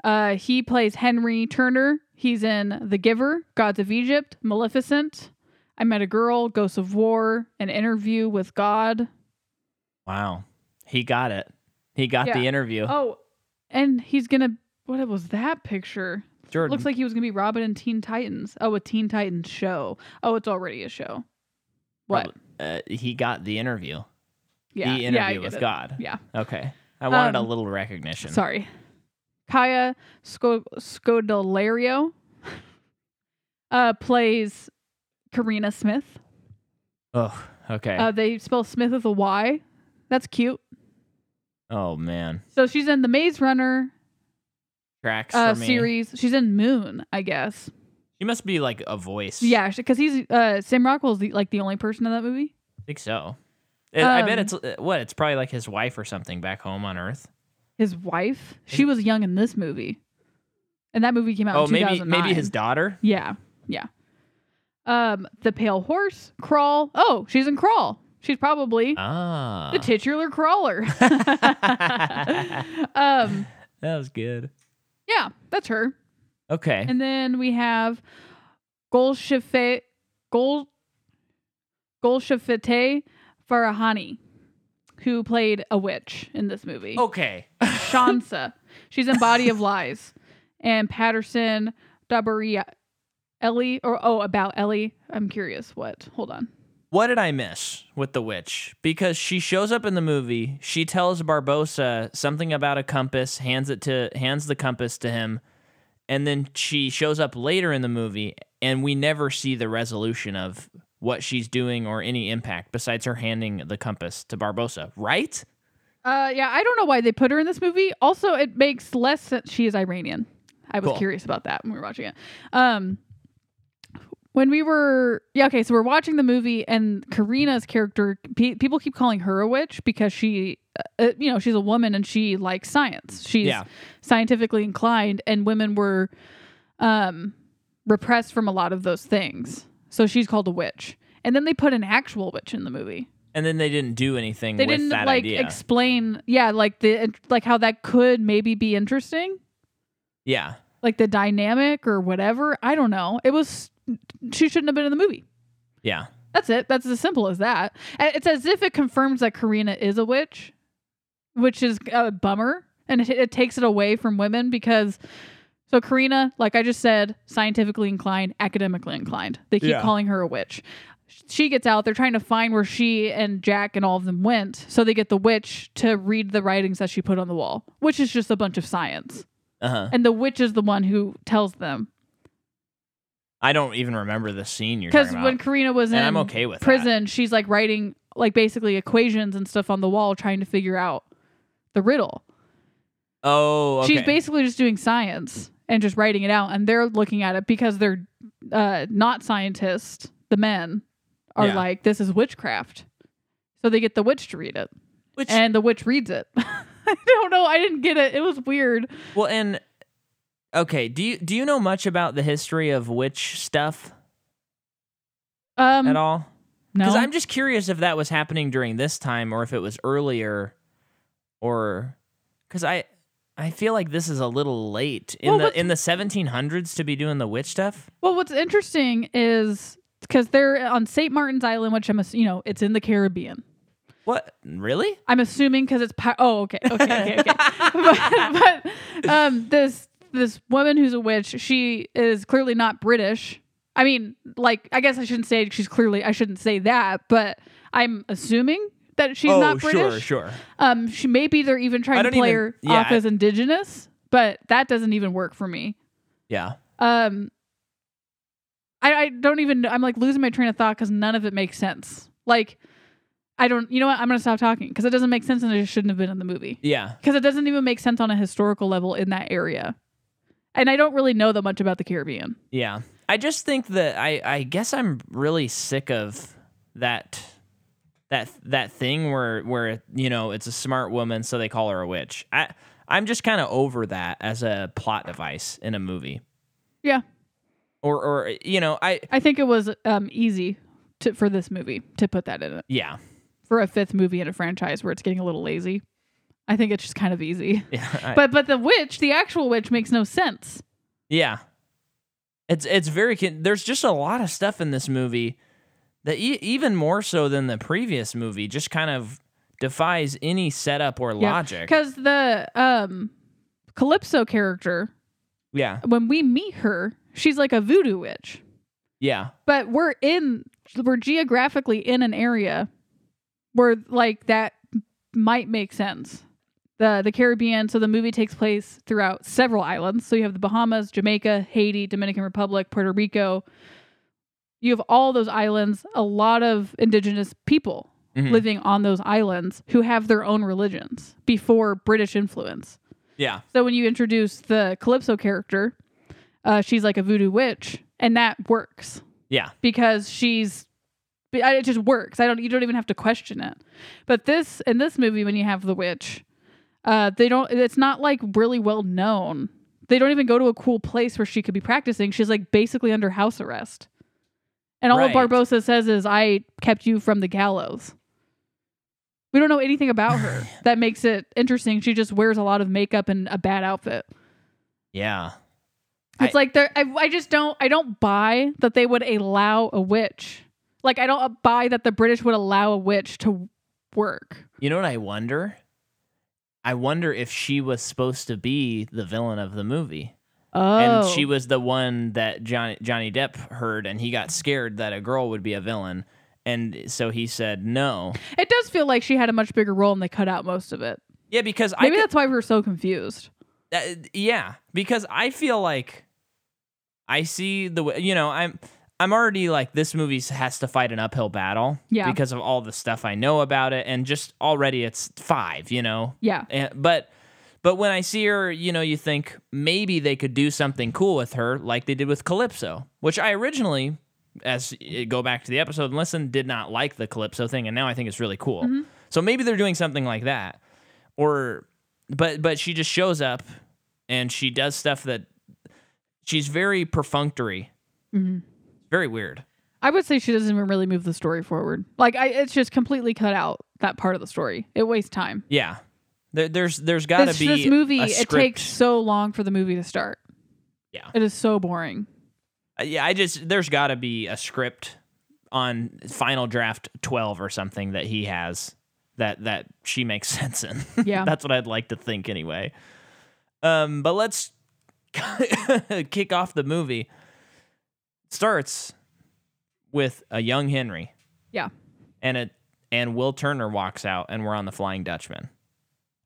S2: Uh, he plays Henry Turner. He's in The Giver, Gods of Egypt, Maleficent, I Met a Girl, Ghosts of War, An Interview with God.
S1: Wow. He got it. He got the
S2: Yeah.
S1: interview.
S2: Oh, and he's gonna. What was that picture?
S1: Jordan.
S2: Looks like he was gonna be Robin in Teen Titans. Oh, a Teen Titans show. Oh, it's already a show. What?
S1: Probably- Uh, he got the interview.
S2: yeah,
S1: the
S2: yeah, I
S1: interview
S2: get
S1: with
S2: it.
S1: God.
S2: Yeah.
S1: Okay. I wanted
S2: Um,
S1: a little recognition.
S2: Sorry. Kaya Sco- Scodelario <laughs> uh, plays Karina Smith.
S1: Oh, okay.
S2: Uh, they spell Smith with a Y. That's cute.
S1: oh man.
S2: So she's in the Maze Runner
S1: Tracks
S2: uh,
S1: for me.
S2: series. She's in Moon, I guess.
S1: He must be like a voice.
S2: Yeah, because he's uh, Sam Rockwell's the, like the only person in that movie.
S1: I think so. It- I bet
S2: Um,
S1: it's uh, what it's probably like his wife or something back home on Earth.
S2: His wife, she was young in this movie, and that movie came out.
S1: Oh,
S2: in
S1: maybe
S2: 2009.
S1: maybe his daughter.
S2: Yeah, yeah. Um, the pale horse, crawl. Oh, she's in crawl. She's probably
S1: Ah,
S2: the titular crawler. um,
S1: that was good.
S2: yeah, that's her.
S1: Okay,
S2: And then we have Golshafet Gol Golshafete Farahani, who played a witch in this movie.
S1: okay.
S2: Shansa. She's in Body of Lies. And Patterson Dabaria Ellie or oh about Ellie. I'm curious what. Hold on.
S1: What did I miss with the witch? Because she shows up in the movie, she tells Barbosa something about a compass, hands it to hands the compass to him, and then she shows up later in the movie and we never see the resolution of what she's doing or any impact besides her handing the compass to Barbosa, right?
S2: Uh yeah, I don't know why they put her in this movie. Also, it makes less sense she is Iranian. I was
S1: Cool.
S2: curious about that when we were watching it. Um when we were yeah okay so we're watching the movie and karina's character pe- people keep calling her a witch because she uh, uh, you know she's a woman and she likes science she's
S1: Yeah.
S2: scientifically inclined and women were um repressed from a lot of those things so she's called a witch and then they put an actual witch in the movie
S1: And then they didn't do anything
S2: they
S1: with
S2: didn't
S1: that
S2: like
S1: idea.
S2: explain yeah like the like how that could maybe be interesting
S1: yeah.
S2: like the dynamic or whatever i don't know it was she shouldn't have been in the movie
S1: Yeah.
S2: that's it. That's as simple as that. And It's as if it confirms that Karina is a witch, which is a bummer. And it, it takes it away from women because, so Karina, like I just said, scientifically inclined, academically inclined. They keep
S1: Yeah.
S2: calling her a witch. She gets out. They're trying to find where she and Jack and all of them went. So they get the witch to read the writings that she put on the wall, which is just a bunch of science.
S1: Uh-huh.
S2: And the witch is the one who tells them.
S1: I don't even remember the scene you're
S2: Because
S1: talking
S2: when
S1: about.
S2: Karina was in
S1: and I'm okay with that.
S2: prison, she's like writing like basically equations and stuff on the wall, trying to figure out the riddle.
S1: Oh, okay.
S2: She's basically just doing science and just writing it out, and they're looking at it because they're uh, not scientists. The men are
S1: Yeah.
S2: like, "This is witchcraft," so they get the witch to read it,
S1: Which
S2: and the witch reads it. <laughs> I don't know. I didn't get it. It was weird.
S1: Well, and okay, do you do you know much about the history of witch stuff
S2: Um,
S1: at all?
S2: no,
S1: Because I'm just curious if that was happening during this time or if it was earlier, or because I I feel like this is a little late in
S2: Well,
S1: the
S2: what's-
S1: in the 1700s to be doing the witch stuff.
S2: Well, what's interesting is because they're on St. Martin's Island, which I'm, ass- you know, it's in the Caribbean.
S1: What really?
S2: I'm assuming because it's pi- oh okay okay okay okay. <laughs> but, but um, this this woman who's a witch, she is clearly not British. I mean, like I guess I shouldn't say she's clearly. I shouldn't say that, but I'm assuming that she's
S1: oh,
S2: not British.
S1: sure, sure.
S2: Um, she maybe they're even
S1: I
S2: trying to
S1: don't
S2: play
S1: even-
S2: her
S1: yeah,
S2: off
S1: I-
S2: as indigenous, but that doesn't even work for me.
S1: Yeah,
S2: Um, I, I don't even. I'm like losing my train of thought because none of it makes sense. Like, I don't. You know what? I'm gonna stop talking because it doesn't make sense and it shouldn't have been in the movie
S1: yeah.
S2: because it doesn't even make sense on a historical level in that area. And I don't really know that much about the Caribbean.
S1: Yeah. I just think that I I guess I'm really sick of that that that thing where where you know it's a smart woman so they call her a witch. I I'm just kind of over that as a plot device in a movie.
S2: Yeah,
S1: Or or you know, I
S2: I think it was um, easy to, for this movie to put that in it
S1: yeah. <laughs>
S2: for a fifth movie in a franchise where it's getting a little lazy. I think it's just kind of easy.
S1: Yeah, I-
S2: But but the witch, the actual witch, makes no sense.
S1: yeah. It's it's very con- there's just a lot of stuff in this movie that e- even more so than the previous movie just kind of defies any setup or logic.
S2: Because the um Calypso character,
S1: Yeah.
S2: when we meet her, she's like a voodoo witch.
S1: Yeah.
S2: But we're in we're geographically in an area where like that might make sense. The the Caribbean, so the movie takes place throughout several islands. So you have the Bahamas, Jamaica, Haiti, Dominican Republic, Puerto Rico. You have all those islands, a lot of indigenous people
S1: Mhm.
S2: living on those islands who have their own religions before British influence.
S1: Yeah.
S2: So when you introduce the Calypso character, uh, she's like a voodoo witch, and that works
S1: Yeah.
S2: because she's I- it just works. I don't you don't even have to question it. But this in this movie, when you have the witch, uh, they don't. It's not like really well known. They don't even go to a cool place where she could be practicing. She's like basically under house arrest. And all
S1: Right.
S2: Barbosa says is, "I kept you from the gallows." We don't know anything about her. that makes it interesting. She just wears a lot of makeup and a bad outfit.
S1: Yeah.
S2: It's like they're. I, I just don't. I don't buy that they would allow a witch. Like I don't uh, buy that the British would allow a witch to work.
S1: You know what I wonder? I wonder if she was supposed to be the villain of the movie.
S2: Oh,
S1: And she was the one that Johnny, Johnny Depp heard, and he got scared that a girl would be a villain. And so he said no.
S2: It does feel like she had a much bigger role, and they cut out most of it.
S1: Yeah, because I.
S2: Maybe
S1: could-
S2: that's why we were so confused.
S1: Uh, yeah, because I feel like I see the way you know I'm I'm already like this movie has to fight an uphill battle
S2: Yeah.
S1: because of all the stuff I know about it and just already it's five you know
S2: Yeah,
S1: and, but but when I see her you know you think maybe they could do something cool with her like they did with Calypso which I originally as uh, go back to the episode and listen did not like the Calypso thing and now I think it's really cool
S2: Mm-hmm.
S1: so maybe they're doing something like that or but but she just shows up and she does stuff that she's very perfunctory
S2: Mm-hmm.
S1: very weird
S2: I would say she doesn't even really move the story forward. Like I, it's just completely cut out that part of the story. It wastes time.
S1: yeah there, there's there's got to
S2: this,
S1: be
S2: this movie.
S1: a
S2: It
S1: script.
S2: takes so long for the movie to start.
S1: Yeah.
S2: it is so boring.
S1: Uh, yeah i just there's got to be a script on final draft 12 or something that he has that that she makes <laughs> sense in
S2: Yeah.
S1: that's what i'd like to think anyway um but let's <laughs> kick off the movie starts with a young henry
S2: Yeah,
S1: and it and Will Turner walks out, and we're on the Flying Dutchman.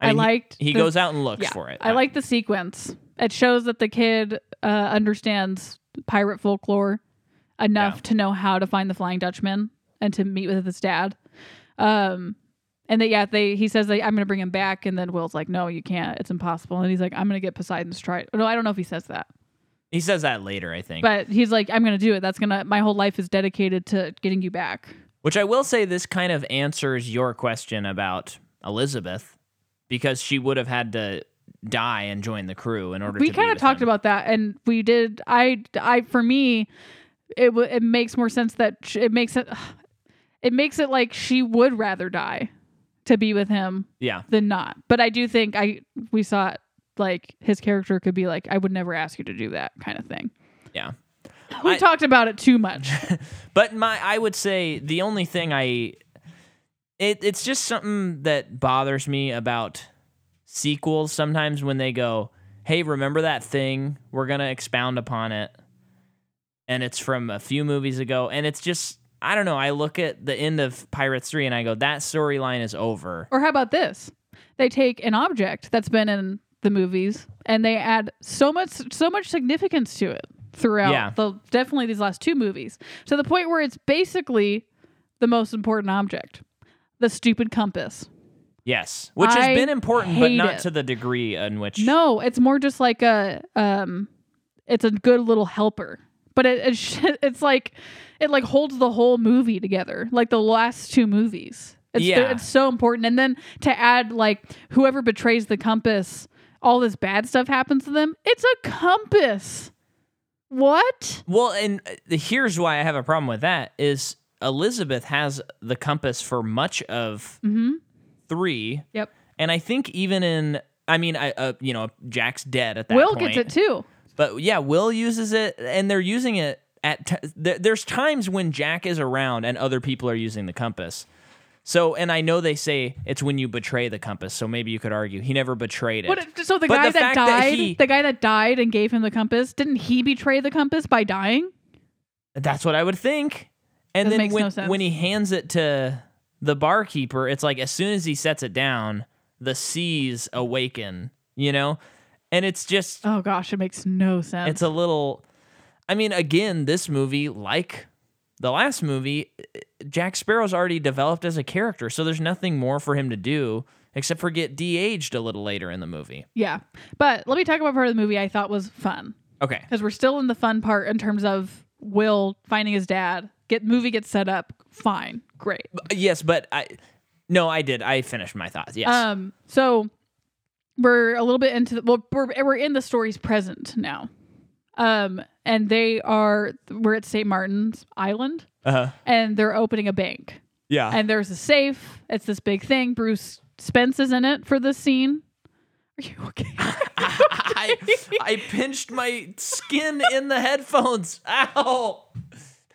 S2: I
S1: mean, he-
S2: liked
S1: He,
S2: the-
S1: goes out and looks
S2: yeah.
S1: for it.
S2: I like the sequence. It shows that the kid uh, understands pirate folklore enough
S1: Yeah.
S2: to know how to find the Flying Dutchman and to meet with his dad. Um, and that yeah, they he says they, I'm going to bring him back, and then Will's like, no, you can't, it's impossible. And he's like, I'm going to get Poseidon's trident. No, I don't know if he says that,
S1: he says that later, I think.
S2: but he's like, I'm going to do it. That's gonna my whole life is dedicated to getting you back.
S1: Which I will say, this kind of answers your question about Elizabeth, because she would have had to die and join the crew in order.
S2: we
S1: to be
S2: kind of
S1: with
S2: talked
S1: him.
S2: about that and we did i i for me it w- it makes more sense that sh- it makes it <sighs> it makes it like she would rather die to be with him
S1: Yeah,
S2: than not but i do think i we saw it like his character could be like i would never ask you to do that kind of thing
S1: yeah.
S2: we
S1: I-
S2: talked about it too much
S1: But my, I would say the only thing I, it, it's just something that bothers me about sequels sometimes when they go, "Hey, remember that thing? We're gonna expound upon it," and it's from a few movies ago, and it's just, I don't know. I look at the end of Pirates Three and I go, "That storyline is over."
S2: Or how about this? They take an object that's been in the movies and they add so much so much significance to it throughout
S1: Yeah.
S2: the definitely these last two movies. To the point where it's basically the most important object. The stupid compass.
S1: Yes, which has
S2: I
S1: been important, but
S2: hate
S1: not
S2: it.
S1: to the degree in which.
S2: No, it's more just like a um it's a good little helper. But it, <laughs> it sh- it's like it like holds the whole movie together, like the last two movies. It's
S1: Yeah.
S2: it's so important. And then to add like whoever betrays the compass, all this bad stuff happens to them. It's a compass. What?
S1: Well, and uh, here's why I have a problem with that is Elizabeth has the compass for much of
S2: Mm-hmm.
S1: three,
S2: Yep.
S1: And I think even in, I mean, I uh, you know, Jack's dead at that
S2: Will
S1: point.
S2: gets it too.
S1: But yeah, Will uses it, and they're using it at. T- th- there's times when Jack is around and other people are using the compass. So, and I know they say it's when you betray the compass. So maybe you could argue he never betrayed it.
S2: What if- so the
S1: But
S2: guy
S1: the
S2: that
S1: fact that
S2: died,
S1: he-
S2: the guy that died and gave him the compass, didn't he betray the compass by dying?
S1: That's what I would think. And
S2: That
S1: then
S2: makes
S1: when
S2: no sense.
S1: when he hands it to the barkeeper, it's like as soon as he sets it down, the seas awaken. You know, and it's just
S2: Oh gosh, it makes no sense.
S1: it's a little i mean again this movie like the last movie jack sparrow's already developed as a character so there's nothing more for him to do except for get de-aged a little later in the movie
S2: yeah. But let me talk about part of the movie I thought was fun <laughs>
S1: okay
S2: because we're still in the fun part in terms of Will finding his dad. Get movie gets set up. Fine, great.
S1: yes but i no i did i finished my thoughts yes
S2: Um, so we're a little bit into the, well, we're we're in the story's present now. Um, and they are we're at St. Martin's Island,
S1: uh-huh.
S2: and they're opening a bank.
S1: yeah
S2: and there's a safe. It's this big thing. Bruce Spence is in it for this scene. Are you okay? <laughs>
S1: I, I pinched my skin in the headphones ow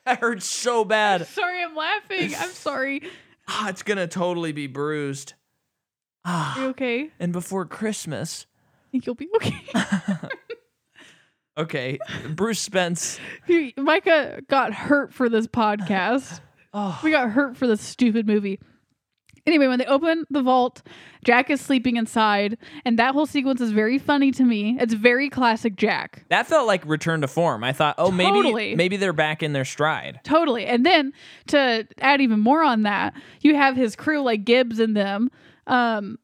S1: that hurts so bad
S2: sorry, I'm laughing. I'm sorry.
S1: ah it's gonna totally be bruised
S2: Are you okay? I
S1: and before christmas
S2: think you'll be okay. <laughs>
S1: okay bruce spence
S2: He- Micah got hurt for this podcast.
S1: Oh.
S2: We got hurt for this stupid movie. Anyway, when they open the vault, Jack is sleeping inside, and that whole sequence is very funny to me. It's very classic Jack.
S1: That felt like return to form. I thought, oh, maybe
S2: Totally.
S1: maybe they're back in their stride.
S2: Totally. And then to add even more on that, you have his crew like Gibbs and them um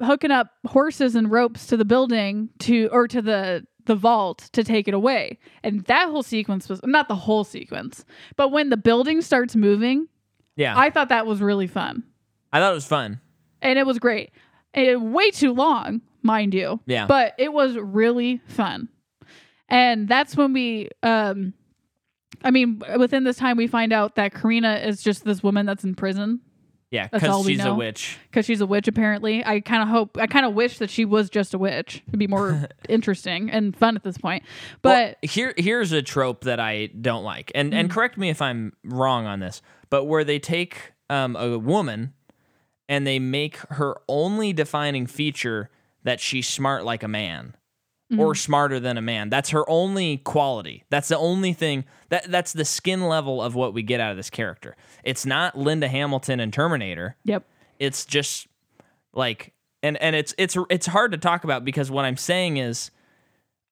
S2: hooking up horses and ropes to the building to or to the the vault to take it away. And that whole sequence was not the whole sequence, but when the building starts moving,
S1: Yeah, I,
S2: I thought that was really fun.
S1: thought it was fun.
S2: And it was great. It way too long, mind you.
S1: Yeah,
S2: But it was really fun. And that's when we um I mean, within this time we find out that Karina is just this woman that's in prison
S1: yeah,
S2: that's all
S1: because
S2: we
S1: she's a
S2: know.
S1: witch.
S2: cuz she's a witch apparently. I kind of hope I kind of wish that she was just a witch. It'd be
S1: <laughs>
S2: more interesting and fun at this point.
S1: Well,
S2: But
S1: here here's a trope that I don't like, and and correct me if I'm wrong on this, but where they take um, a woman and they make her only defining feature that she's smart like a man. Or smarter than a man. That's her only quality. That's the only thing that that's the skin level of what we get out of this character. It's not Linda Hamilton and Terminator.
S2: yep.
S1: it's just like and and it's it's it's hard to talk about because what I'm saying is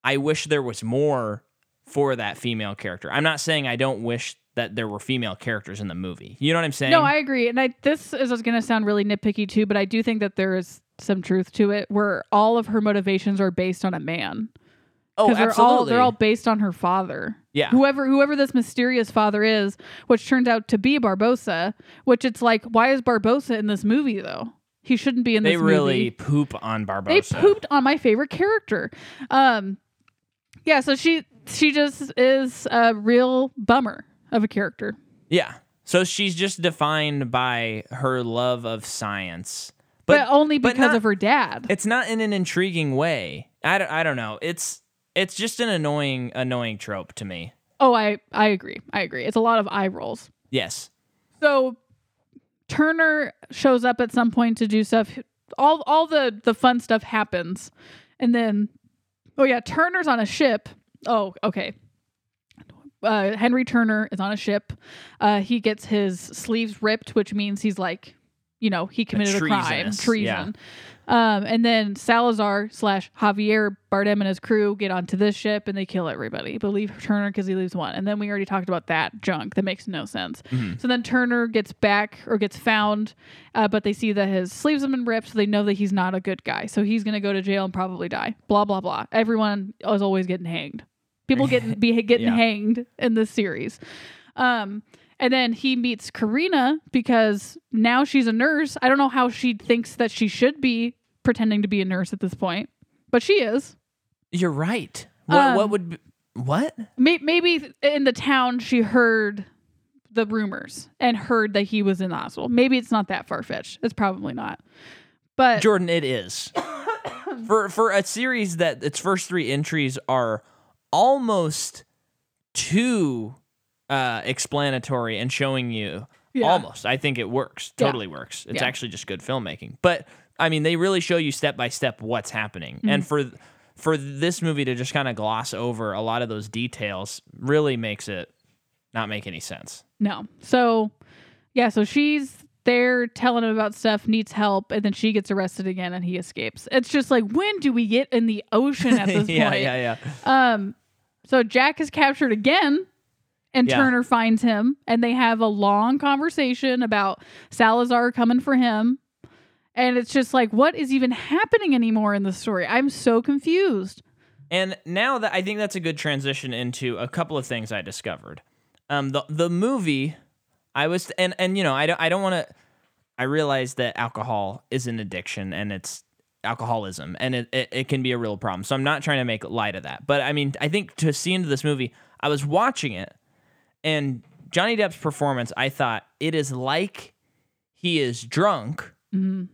S1: I wish there was more for that female character. I'm not saying I don't wish that there were female characters in the movie. You know what I'm saying?
S2: No, I agree. And I this is going to sound really nitpicky too, but I do think that there is some truth to it where all of her motivations are based on a man.
S1: oh,
S2: they're all they're all based on her father.
S1: Yeah.
S2: Whoever whoever this mysterious father is, which turns out to be Barbosa, which it's like, why is Barbosa in this movie though? He shouldn't be in
S1: they
S2: this
S1: really
S2: movie.
S1: poop on Barbosa.
S2: They pooped on my favorite character. Um yeah, so she she just is a real bummer of a character.
S1: Yeah. So she's just defined by her love of science.
S2: But, only
S1: but
S2: because
S1: not-
S2: of her dad.
S1: it's not in an intriguing way. I don't, I don't know. It's it's just an annoying annoying trope to me.
S2: oh, I I agree. I agree. It's a lot of eye rolls.
S1: Yes.
S2: So Turner shows up at some point to do stuff. All all the the fun stuff happens, and then oh yeah, Turner's on a ship. Oh okay. Uh, Henry Turner is on a ship. Uh, he gets his sleeves ripped, which means he's like, you know, he committed a, crime,
S1: treasonous,
S2: treason. Um, and then Salazar slash Javier Bardem and his crew get onto this ship and they kill everybody, but leave Turner because he leaves one. And then we already talked about that junk that makes no sense. So then Turner gets back or gets found, uh, but they see that his sleeves have been ripped, so they know that he's not a good guy. So he's going to go to jail and probably die. Blah blah blah. Everyone is always getting hanged. People getting be getting
S1: Yeah.
S2: hanged in this series. Um, and then he meets Karina because now she's a nurse. I don't know how she thinks that she should be pretending to be a nurse at this point, but she is.
S1: You're right. What, what
S2: Um,
S1: would be, what?
S2: May- Maybe in the town she heard the rumors and heard that he was in the hospital. Maybe it's not that far fetched. It's probably not. But
S1: Jordan, it
S2: <coughs>
S1: is. for for a series that its first three entries are almost too uh explanatory and showing you
S2: Yeah.
S1: almost. I think it works.
S2: Yeah.
S1: Totally works. It's
S2: Yeah.
S1: actually just good filmmaking. But I mean, they really show you step by step what's happening. And
S2: Mm-hmm.
S1: for for this movie to just kind of gloss over a lot of those details really makes it not make any sense.
S2: No. So, yeah, so she's there telling him about stuff, needs help, and then she gets arrested again and he escapes. It's just like, when do we get in the ocean at
S1: <laughs>
S2: this
S1: yeah,
S2: point?
S1: yeah, yeah.
S2: Um, so Jack is captured again, and
S1: Yeah.
S2: Turner finds him, and they have a long conversation about Salazar coming for him. And it's just like, what is even happening anymore in the story? I'm so confused.
S1: And now that I think that's a good transition into a couple of things I discovered. Um, the the movie, I was and and you know I don't I don't want to. I realize that alcohol is an addiction and it's alcoholism and it, it it can be a real problem. So I'm not trying to make light of that. But I mean I think to see into this movie, I was watching it and Johnny Depp's performance. I thought it is like he is drunk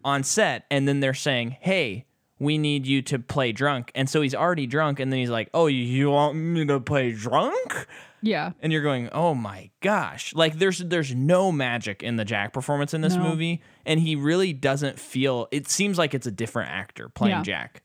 S1: on set and then they're saying, "Hey, we need you to play drunk." And so he's already drunk and then he's like, "Oh, you want me to play drunk?"
S2: Yeah.
S1: And you're going, "Oh my gosh." Like there's there's no magic in the Jack performance in this
S2: No.
S1: movie and he really doesn't feel it seems like it's a different actor playing
S2: Yeah.
S1: Jack.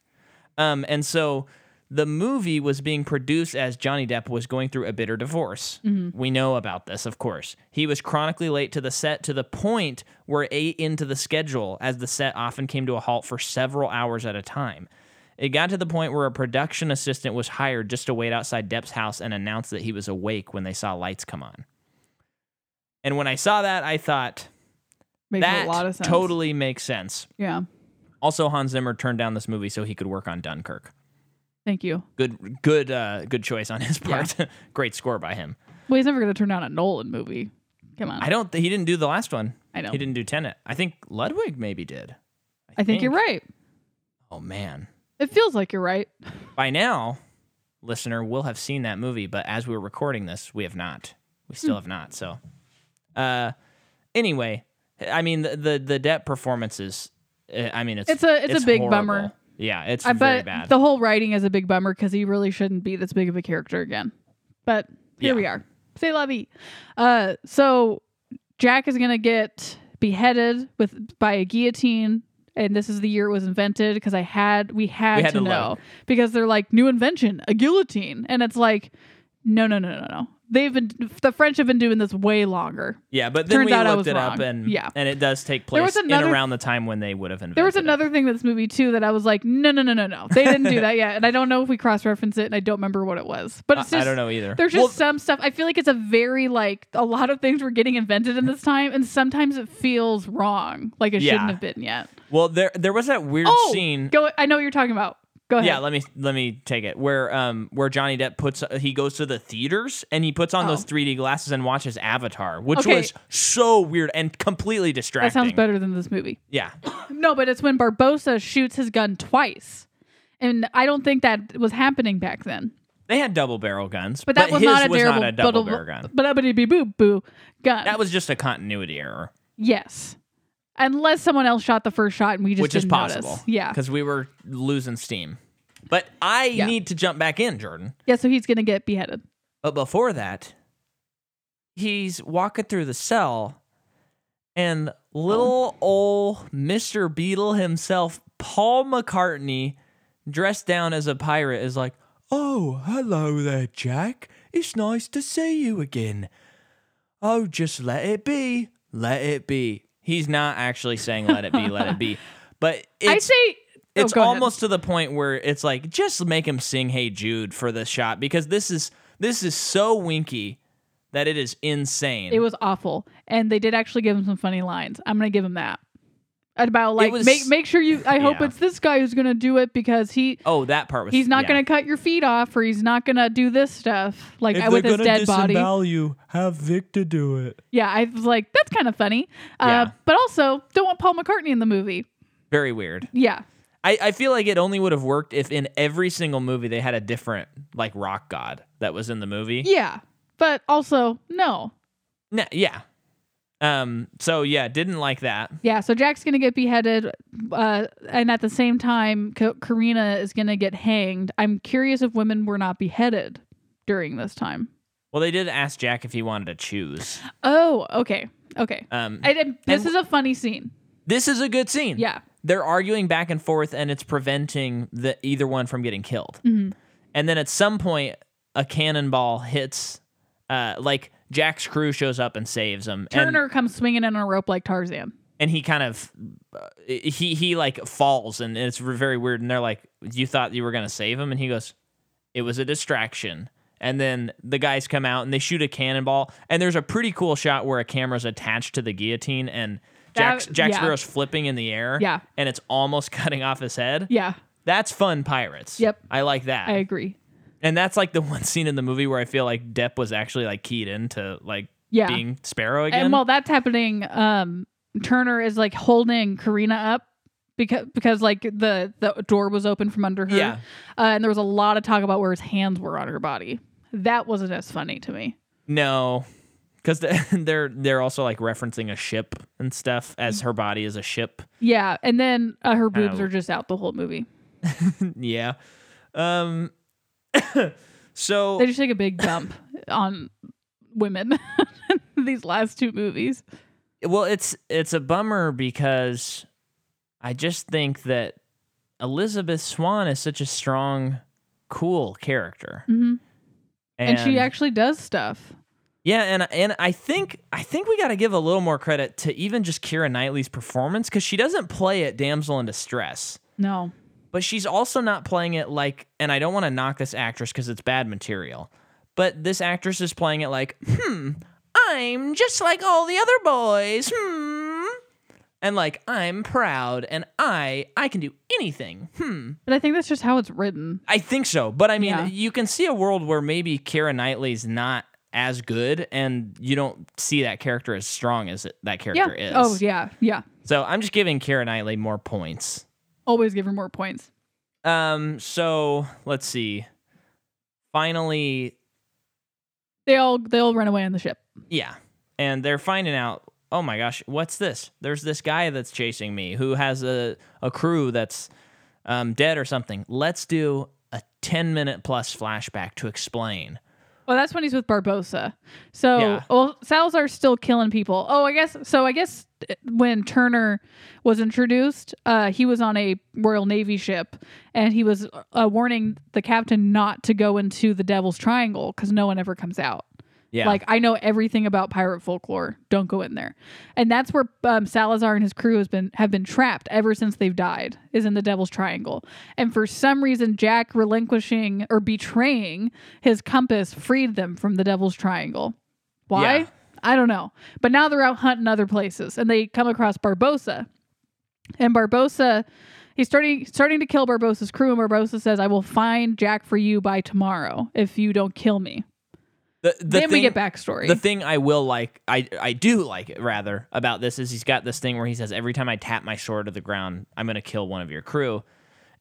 S1: Um and so the movie was being produced as Johnny Depp was going through a bitter divorce. We know about this, of course. He was chronically late to the set to the point where eight into the schedule, as the set often came to a halt for several hours at a time. It got to the point where a production assistant was hired just to wait outside Depp's house and announce that he was awake when they saw lights come on. And when I saw that, I thought
S2: Makes
S1: that
S2: a lot of sense.
S1: totally makes sense.
S2: Yeah.
S1: Also, Hans Zimmer turned down this movie so he could work on Dunkirk
S2: Thank you.
S1: good good uh good choice on his part <laughs> great score by him
S2: Well, he's never going to turn down a Nolan movie. Come on.
S1: i don't th- he didn't do the last one
S2: I know.
S1: he didn't do tenet i think ludwig maybe did
S2: I think you're right.
S1: oh man
S2: It feels like you're right.
S1: by now listener will have seen that movie but as we we're recording this we have not we
S2: Hmm.
S1: still have not so uh anyway i mean the the, the debt performance is uh, i mean it's
S2: It's a- it's a big
S1: horrible.
S2: bummer.
S1: yeah it's
S2: I
S1: very
S2: but
S1: bad
S2: the whole writing is a big bummer because he really shouldn't be this big of a character again. But
S1: Yeah.
S2: here we are. Say la vie. Uh, so Jack is gonna get beheaded with by a guillotine, and this is the year it was invented because I had we had,
S1: We had
S2: to,
S1: to
S2: know
S1: look.
S2: because they're like new invention, a guillotine, and it's like no no no no no. They've been the French have been doing this way longer.
S1: yeah but then
S2: turns
S1: we
S2: out I
S1: looked
S2: was
S1: it up
S2: wrong.
S1: and
S2: Yeah.
S1: and it does take
S2: There was
S1: place in
S2: another-
S1: around the time when they would have invented
S2: There was
S1: it.
S2: another thing in this movie too that I was like, no, no, no, no, no. They didn't do that yet, and I don't know if we cross reference it, and I don't remember what it was. But
S1: I-
S2: it's just
S1: I don't know either.
S2: There's just
S1: Well,
S2: some stuff. I feel like it's a very like a lot of things were getting invented in this time, and sometimes it feels wrong, like it
S1: Yeah.
S2: shouldn't have been yet.
S1: Well, there there was that weird
S2: Oh,
S1: scene.
S2: go. I know what you're talking about. Go ahead.
S1: yeah, let me let me take it. Where um where Johnny Depp puts uh, he goes to the theaters and he puts on
S2: Oh.
S1: those 3D glasses and watches Avatar, which
S2: Okay.
S1: was so weird and completely distracting.
S2: that sounds better than this movie.
S1: Yeah.
S2: No, but it's when Barbosa shoots his gun twice, and I don't think that was happening back then.
S1: They had double barrel guns,
S2: But that was
S1: his
S2: not a
S1: was
S2: terrible,
S1: not a double barrel gun.
S2: But boo boo gun.
S1: That was just a continuity error,
S2: yes, unless someone else shot the first shot and we just
S1: which is
S2: didn't
S1: possible.
S2: Notice. Yeah,
S1: Cuz we were losing steam. But I need to jump back in, Jordan.
S2: yeah. So he's gonna get beheaded.
S1: But before that, he's walking through the cell, and little old Mr. Beetle himself, Paul McCartney, dressed down as a pirate, is like, Oh, hello there, Jack. It's nice to see you again. Oh, just let it be. Let it be. He's not actually saying let it be, let it be. But
S2: I
S1: it's
S2: say oh,
S1: it's
S2: go ahead.
S1: almost to the point where it's like just make him sing hey jude for the shot because this is this is so winky that it is insane
S2: It was awful, and they did actually give him some funny lines. I'm gonna give him that about like
S1: was-
S2: make make sure you. I hope
S1: Yeah.
S2: it's this guy who's gonna do it because he
S1: oh that part was
S2: he's not
S1: yeah.
S2: gonna cut your feet off or he's not gonna do this stuff like I with his dead body.
S5: you, have Victor do it.
S2: Yeah, I was like that's kind of funny, uh,
S1: Yeah.
S2: but also don't want Paul McCartney in the movie.
S1: very weird
S2: Yeah,
S1: I, I feel like it only would have worked if in every single movie they had a different like rock god that was in the movie
S2: yeah, but also no.
S1: Nah, yeah Um, so yeah, didn't like that.
S2: Yeah, so Jack's gonna get beheaded, uh, and at the same time, Ka- Karina is gonna get hanged. I'm curious if women were not beheaded during this time.
S1: Well, they did ask Jack if he wanted to choose.
S2: Oh, okay, okay.
S1: Um,
S2: I did, this
S1: and-
S2: is a funny scene.
S1: this is a good scene.
S2: Yeah.
S1: They're arguing back and forth and it's preventing the either one from getting killed.
S2: Mm-hmm.
S1: And then at some point a cannonball hits uh like Jack's crew shows up and saves him.
S2: Turner
S1: And,
S2: comes swinging in on a rope like Tarzan.
S1: and he kind of uh, he he like falls and it's very weird and they're like you thought you were going to save him and he goes it was a distraction. And then the guys come out and they shoot a cannonball. And there's a pretty cool shot where a camera's attached to the guillotine and
S2: That-
S1: Jack's, Jack
S2: yeah.
S1: Sparrow's flipping in the air.
S2: Yeah.
S1: And it's almost <laughs> cutting off his head.
S2: Yeah,
S1: That's fun, pirates.
S2: Yep.
S1: I like that.
S2: I agree.
S1: and that's like the <laughs> one scene in the movie where I feel like Depp was actually like keyed into like
S2: Yeah.
S1: being Sparrow again.
S2: And while that's happening, um, Turner is like holding Karina up because because like the the door was open from under her.
S1: Yeah.
S2: Uh, and there was a lot of talk about where his hands were on her body. That wasn't as funny to me.
S1: no. Because <laughs> they're they're also like referencing a ship and stuff as her body is a
S2: <laughs>
S1: ship.
S2: Yeah, and then uh, her boobs
S1: Oh.
S2: are just out the whole movie.
S1: Yeah. Um. <coughs> so
S2: They just take a big dump on women. <laughs> in These last two movies.
S1: well it's it's a bummer because i just think that elizabeth swan is such a strong cool character
S2: Mhm. And, she actually does stuff.
S1: yeah and and i think i think we got to give a little more credit to even just kira knightley's performance because she doesn't play it damsel in distress
S2: No.
S1: but she's also not playing it like and i don't want to knock this actress because it's bad material but this actress is playing it like hmm i'm just like all the other boys hmm and like i'm proud and i i can do anything hmm
S2: But I think that's just how it's written.
S1: i think so but i mean
S2: Yeah.
S1: you can see a world where maybe kira knightley's not as good and you don't see that character as strong as it, that
S2: Yeah.
S1: character is
S2: Oh, yeah. Yeah.
S1: so i'm just giving kira knightley more points
S2: Always give her more points.
S1: Um, so let's see. Finally,
S2: They all they all run away on the ship.
S1: yeah. And they're finding out, oh my gosh, what's this? There's this guy that's chasing me who has a, a crew that's um, dead or something. Let's do a 10 minute plus flashback to explain.
S2: Well, that's when he's with Barbosa. So,
S1: Yeah.
S2: well, Salazar's still killing people. Oh, I guess so. I guess uh, when Turner was introduced, uh, he was on a Royal Navy ship, and he was uh, warning the captain not to go into the Devil's Triangle because no one ever comes out.
S1: Yeah.
S2: Like I know everything about pirate folklore. Don't go in there. And that's where um, Salazar and his crew has been have been trapped ever since they've died. Is in the Devil's Triangle. And for some reason, Jack relinquishing or betraying his compass freed them from the Devil's Triangle. Why?
S1: Yeah.
S2: I don't know. But now they're out hunting other places, and they come across Barbosa. And Barbosa, he's starting starting to kill Barbosa's crew, and Barbosa says, "I will find Jack for you by tomorrow if you don't kill me."
S1: the, the
S2: then we get backstory.
S1: The thing I will like, I I do like it rather about this is he's got this thing where he says every time I tap my sword to the ground, I'm gonna kill one of your crew,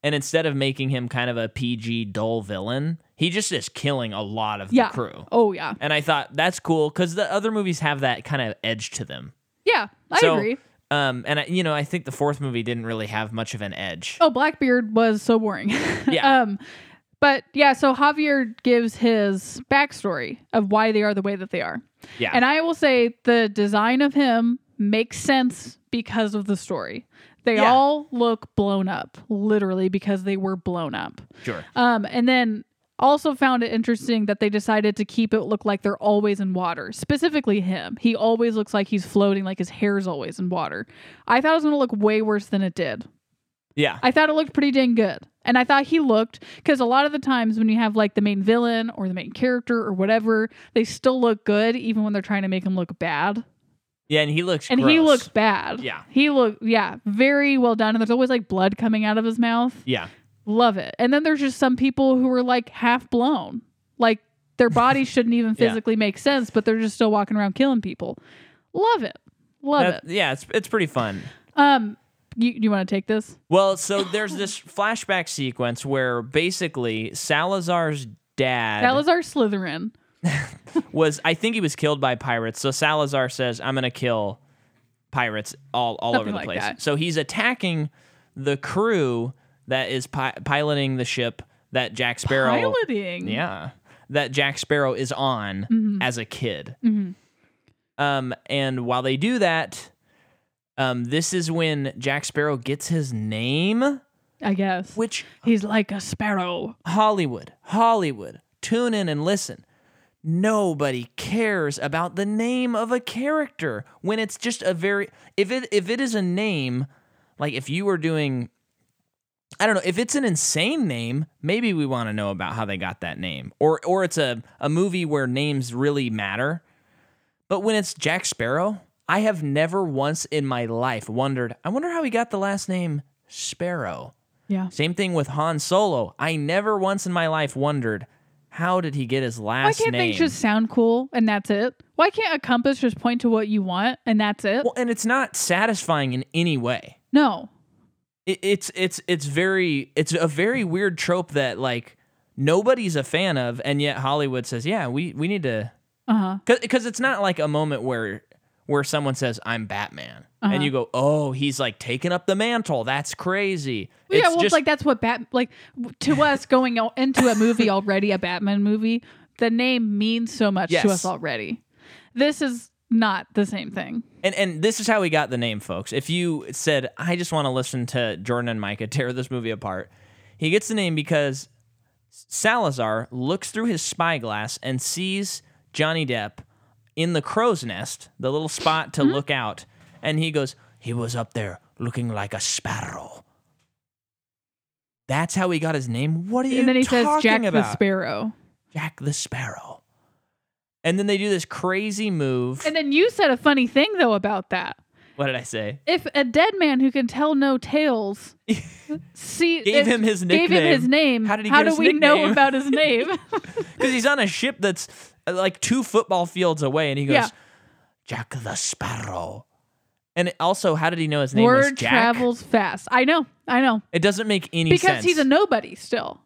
S1: and instead of making him kind of a PG dull villain, he just is killing a lot of
S2: yeah.
S1: the crew.
S2: Oh yeah.
S1: And I thought that's cool because the other movies have that kind of edge to them.
S2: Yeah, I
S1: So,
S2: agree.
S1: Um, and I, you know, I think the fourth movie didn't really have much of an edge.
S2: Oh, Blackbeard was so boring.
S1: <laughs>
S2: <laughs>
S1: Yeah.
S2: um but yeah, so Javier gives his backstory of why they are the way that they are.
S1: yeah,
S2: And I will say the design of him makes sense because of the story. They
S1: Yeah.
S2: all look blown up, literally because they were blown up.
S1: sure.
S2: Um, and then also found it interesting that they decided to keep it look like they're always in water, specifically him. He always looks like he's floating, like his hair's always in water. I thought it was going to look way worse than it did.
S1: Yeah,
S2: I thought it looked pretty dang good. And I thought he looked because a lot of the times when you have like the main villain or the main character or whatever, they still look good even when they're trying to make him look bad.
S1: yeah, and he looks
S2: And he
S1: gross.
S2: looks bad.
S1: Yeah.
S2: He looked, yeah, very well done. And there's always like blood coming out of his mouth.
S1: yeah,
S2: Love it. And then there's just some people who are like half blown. Like
S1: <laughs>
S2: their bodies shouldn't even
S1: Yeah.
S2: physically make sense, but they're just still walking around killing people. Love it. Love
S1: That-
S2: it.
S1: yeah. It's it's pretty fun.
S2: Um you, you want to take this?
S1: Well, so there's this flashback sequence where basically Salazar's dad
S2: Salazar Slytherin
S1: was I think he was killed by pirates. So Salazar says, "I'm going to kill pirates all all over
S2: Something
S1: the
S2: like
S1: place."
S2: that.
S1: So he's attacking the crew that is pi- piloting the ship that Jack Sparrow
S2: Piloting.
S1: yeah. That Jack Sparrow is on
S2: Mm-hmm.
S1: as a kid. Um, and while they do that, um, this is when Jack Sparrow gets his name,
S2: I guess.
S1: which
S2: He's like a sparrow.
S1: Hollywood, Hollywood, tune in and listen. Nobody cares about the name of a character when it's just a very if it if it is a name, like if you were doing I don't know, if it's an insane name, maybe we want to know about how they got that name. Or or it's a, a movie where names really matter. But when it's Jack Sparrow, I have never once in my life wondered, I wonder how he got the last name Sparrow.
S2: Yeah.
S1: Same thing with Han Solo. I never once in my life wondered how did he get his
S2: Why
S1: last
S2: can't
S1: name.
S2: things just sound cool and that's it? Why can't a compass just point to what you want and that's it?
S1: well, and it's not satisfying in any way.
S2: no.
S1: It, it's it's it's very it's a very weird trope that like nobody's a fan of, and yet Hollywood says, yeah, we we need to
S2: Uh huh.
S1: because it's not like a moment where where someone says I'm Batman
S2: Uh-huh.
S1: and you go, oh, he's like taking up the mantle. That's crazy.
S2: Yeah,
S1: it's
S2: well,
S1: just
S2: like that's what Bat like w- to us going o- into
S1: <laughs>
S2: a movie already, a Batman movie. The name means so much
S1: Yes.
S2: to us already. This is not the same thing.
S1: And and this is how we got the name, folks. If you said, I just want to listen to Jordan and Micah tear this movie apart, he gets the name because Salazar looks through his spyglass and sees Johnny Depp in the crow's nest, the little spot
S2: Mm-hmm.
S1: to look out, and he goes, He was up there looking like a sparrow. That's how he got his name. What are you
S2: and then he says
S1: talking
S2: Jack
S1: about?
S2: the Sparrow.
S1: Jack the Sparrow. And then they do this crazy move.
S2: And then you said a funny thing though about that.
S1: what did I say?
S2: If a dead man who can tell
S1: <laughs>
S2: no tales see
S1: Gave
S2: if-
S1: him his
S2: gave him his
S1: nickname.
S2: name,
S1: How did he
S2: how
S1: get
S2: do
S1: his
S2: we know
S1: nickname? <laughs>
S2: about his name?
S1: Because he's on a ship that's uh, like two football fields away, and he goes,
S2: Yeah.
S1: Jack the Sparrow. And it- also, how did he know his name was
S2: Word
S1: Jack?
S2: travels fast. I know, I know,
S1: It doesn't make any
S2: because
S1: sense.
S2: he's a nobody still.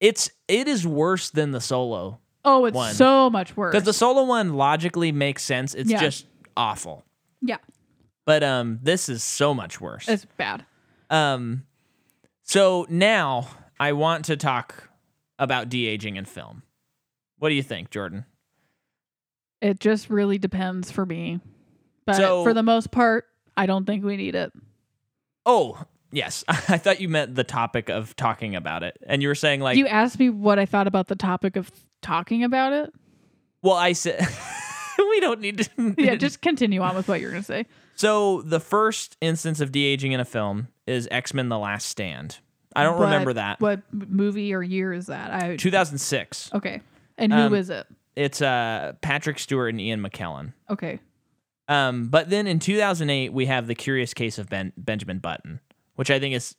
S1: it's it is worse than the solo
S2: Oh, it's
S1: One.
S2: so much worse.
S1: because the solo one logically makes sense. It's
S2: Yeah.
S1: just awful,
S2: yeah,
S1: but um, this is so much worse.
S2: it's bad.
S1: Um, so now I want to talk about de aging in film. What do you think, Jordan?
S2: It just really depends for me. But
S1: So-
S2: for the most part, I don't think we need it.
S1: Oh, yes, <laughs> I thought you meant the topic of talking about it, and you were saying like
S2: you asked me what I thought about the topic of talking
S1: <laughs>
S2: about it.
S1: Well, I said <laughs> we don't need to.
S2: Yeah, just continue on with what you're going to say.
S1: <laughs> so the first instance of de aging in a film is X Men: The Last Stand. I don't
S2: But
S1: remember that.
S2: What m- movie or year is that? I
S1: 2006.
S2: okay. And who is
S1: Um,
S2: it?
S1: It's uh, Patrick Stewart and Ian McKellen.
S2: Okay.
S1: Um, but then in 2008 we have the Curious Case of ben- Benjamin Button, which I think is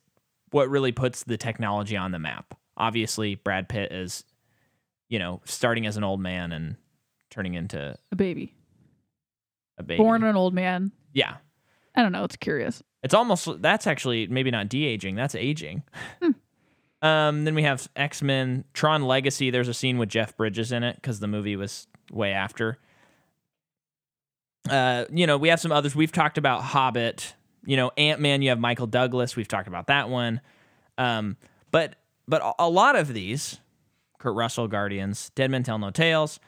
S1: what really puts the technology on the map. Obviously, Brad Pitt is, you know, starting as an old man and turning into
S2: A baby.
S1: a baby.
S2: Born an old man.
S1: yeah,
S2: I don't know. It's curious.
S1: It's almost that's actually maybe not de aging, that's aging. um, then we have X Men, Tron Legacy. There's a scene with Jeff Bridges in it because the movie was way after. Uh, you know, we have some others. We've talked about Hobbit. You know, Ant Man. You have Michael Douglas. We've talked about that one. Um, but but a- a lot of these, Kurt Russell, Guardians, Dead Men Tell No Tales.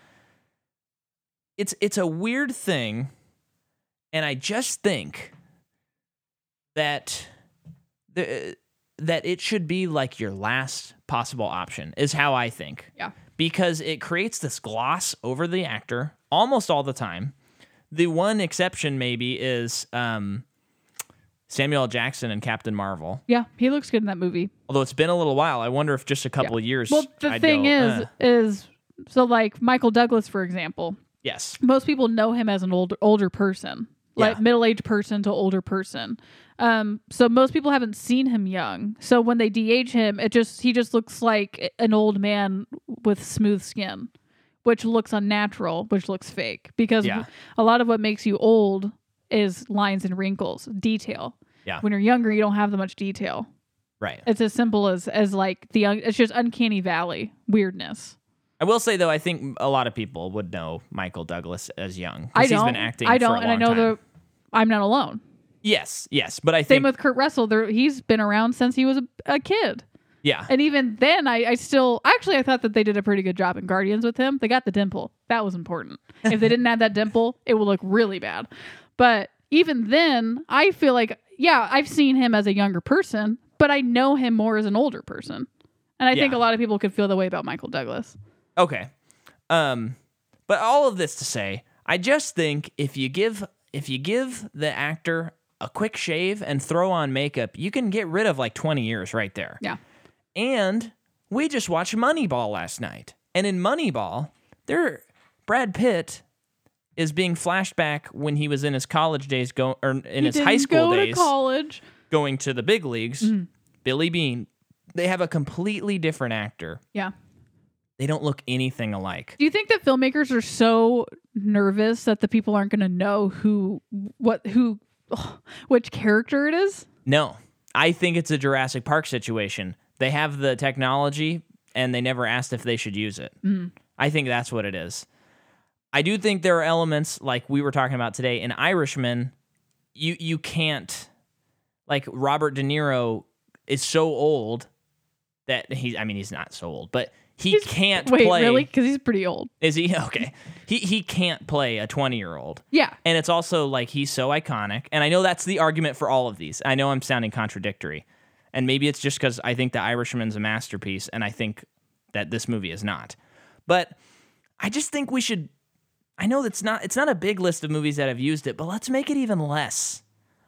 S1: It's it's a weird thing, and I just think that the, that it should be like your last possible option is how I think.
S2: Yeah.
S1: Because it creates this gloss over the actor almost all the time. The one exception maybe is um, Samuel L. Jackson and Captain Marvel.
S2: Yeah, he looks good in that movie.
S1: Although it's been a little while, I wonder if just a couple of years.
S2: Well, the
S1: I'd
S2: thing
S1: go,
S2: is,
S1: "Uh."
S2: is so like Michael Douglas, for example,
S1: yes,
S2: most people know him as an old older person, like
S1: Yeah.
S2: middle aged person to older person. Um, so most people haven't seen him young. So when they de-age him, it just he just looks like an old man with smooth skin, which looks unnatural, which looks fake because
S1: Yeah.
S2: a lot of what makes you old is lines and wrinkles, detail.
S1: Yeah.
S2: When you're younger, you don't have that much detail.
S1: right.
S2: It's as simple as as like the young. It's just uncanny valley weirdness.
S1: I will say though, I think a lot of people would know Michael Douglas as young. 'cause
S2: I don't.
S1: He's been acting.
S2: I don't,
S1: for a
S2: and I
S1: long
S2: know
S1: time.
S2: the. I'm not alone.
S1: Yes, yes, but I
S2: Same
S1: think
S2: with Kurt Russell. There, he's been around since he was a, a kid,
S1: yeah,
S2: and even then, I, I still actually I thought that they did a pretty good job in Guardians with him. They got the dimple. That was important. if they didn't have that dimple, it would look really bad. But even then, I feel like yeah, I've seen him as a younger person, but I know him more as an older person, and I think
S1: Yeah.
S2: a lot of people could feel the way about Michael Douglas.
S1: Okay. Um but all of this to say, I just think if you give if you give the actor a quick shave and throw on makeup, you can get rid of like 20 years right there.
S2: Yeah.
S1: And we just watched Moneyball last night. And in Moneyball, there Brad Pitt is being flashed back when he was in his college days go or in his
S2: didn't
S1: high school
S2: go
S1: days
S2: to Mm-hmm. college.
S1: going to the big leagues. Billy Bean, they have a completely different actor.
S2: Yeah.
S1: They don't look anything alike.
S2: Do you think that filmmakers are so nervous that the people aren't going to know who, what, who, <sighs> which character it is?
S1: No, I think it's a Jurassic Park situation. They have the technology and they never asked if they should use it.
S2: Mm-hmm.
S1: I think that's what it is. I do think there are elements like we were talking about today in Irishman. You you can't like Robert De Niro is so old that he I mean he's not so old, but he
S2: He's-
S1: can't
S2: Wait,
S1: play.
S2: really? Because he's pretty old.
S1: Is he <laughs> okay? He he can't play a twenty year old.
S2: Yeah.
S1: And it's also like he's so iconic. And I know that's the argument for all of these. I know I'm sounding contradictory. And maybe it's just because I think The Irishman's a masterpiece and I think that this movie is not. But I just think we should I know that's not it's not a big list of movies that have used it, but let's make it even less.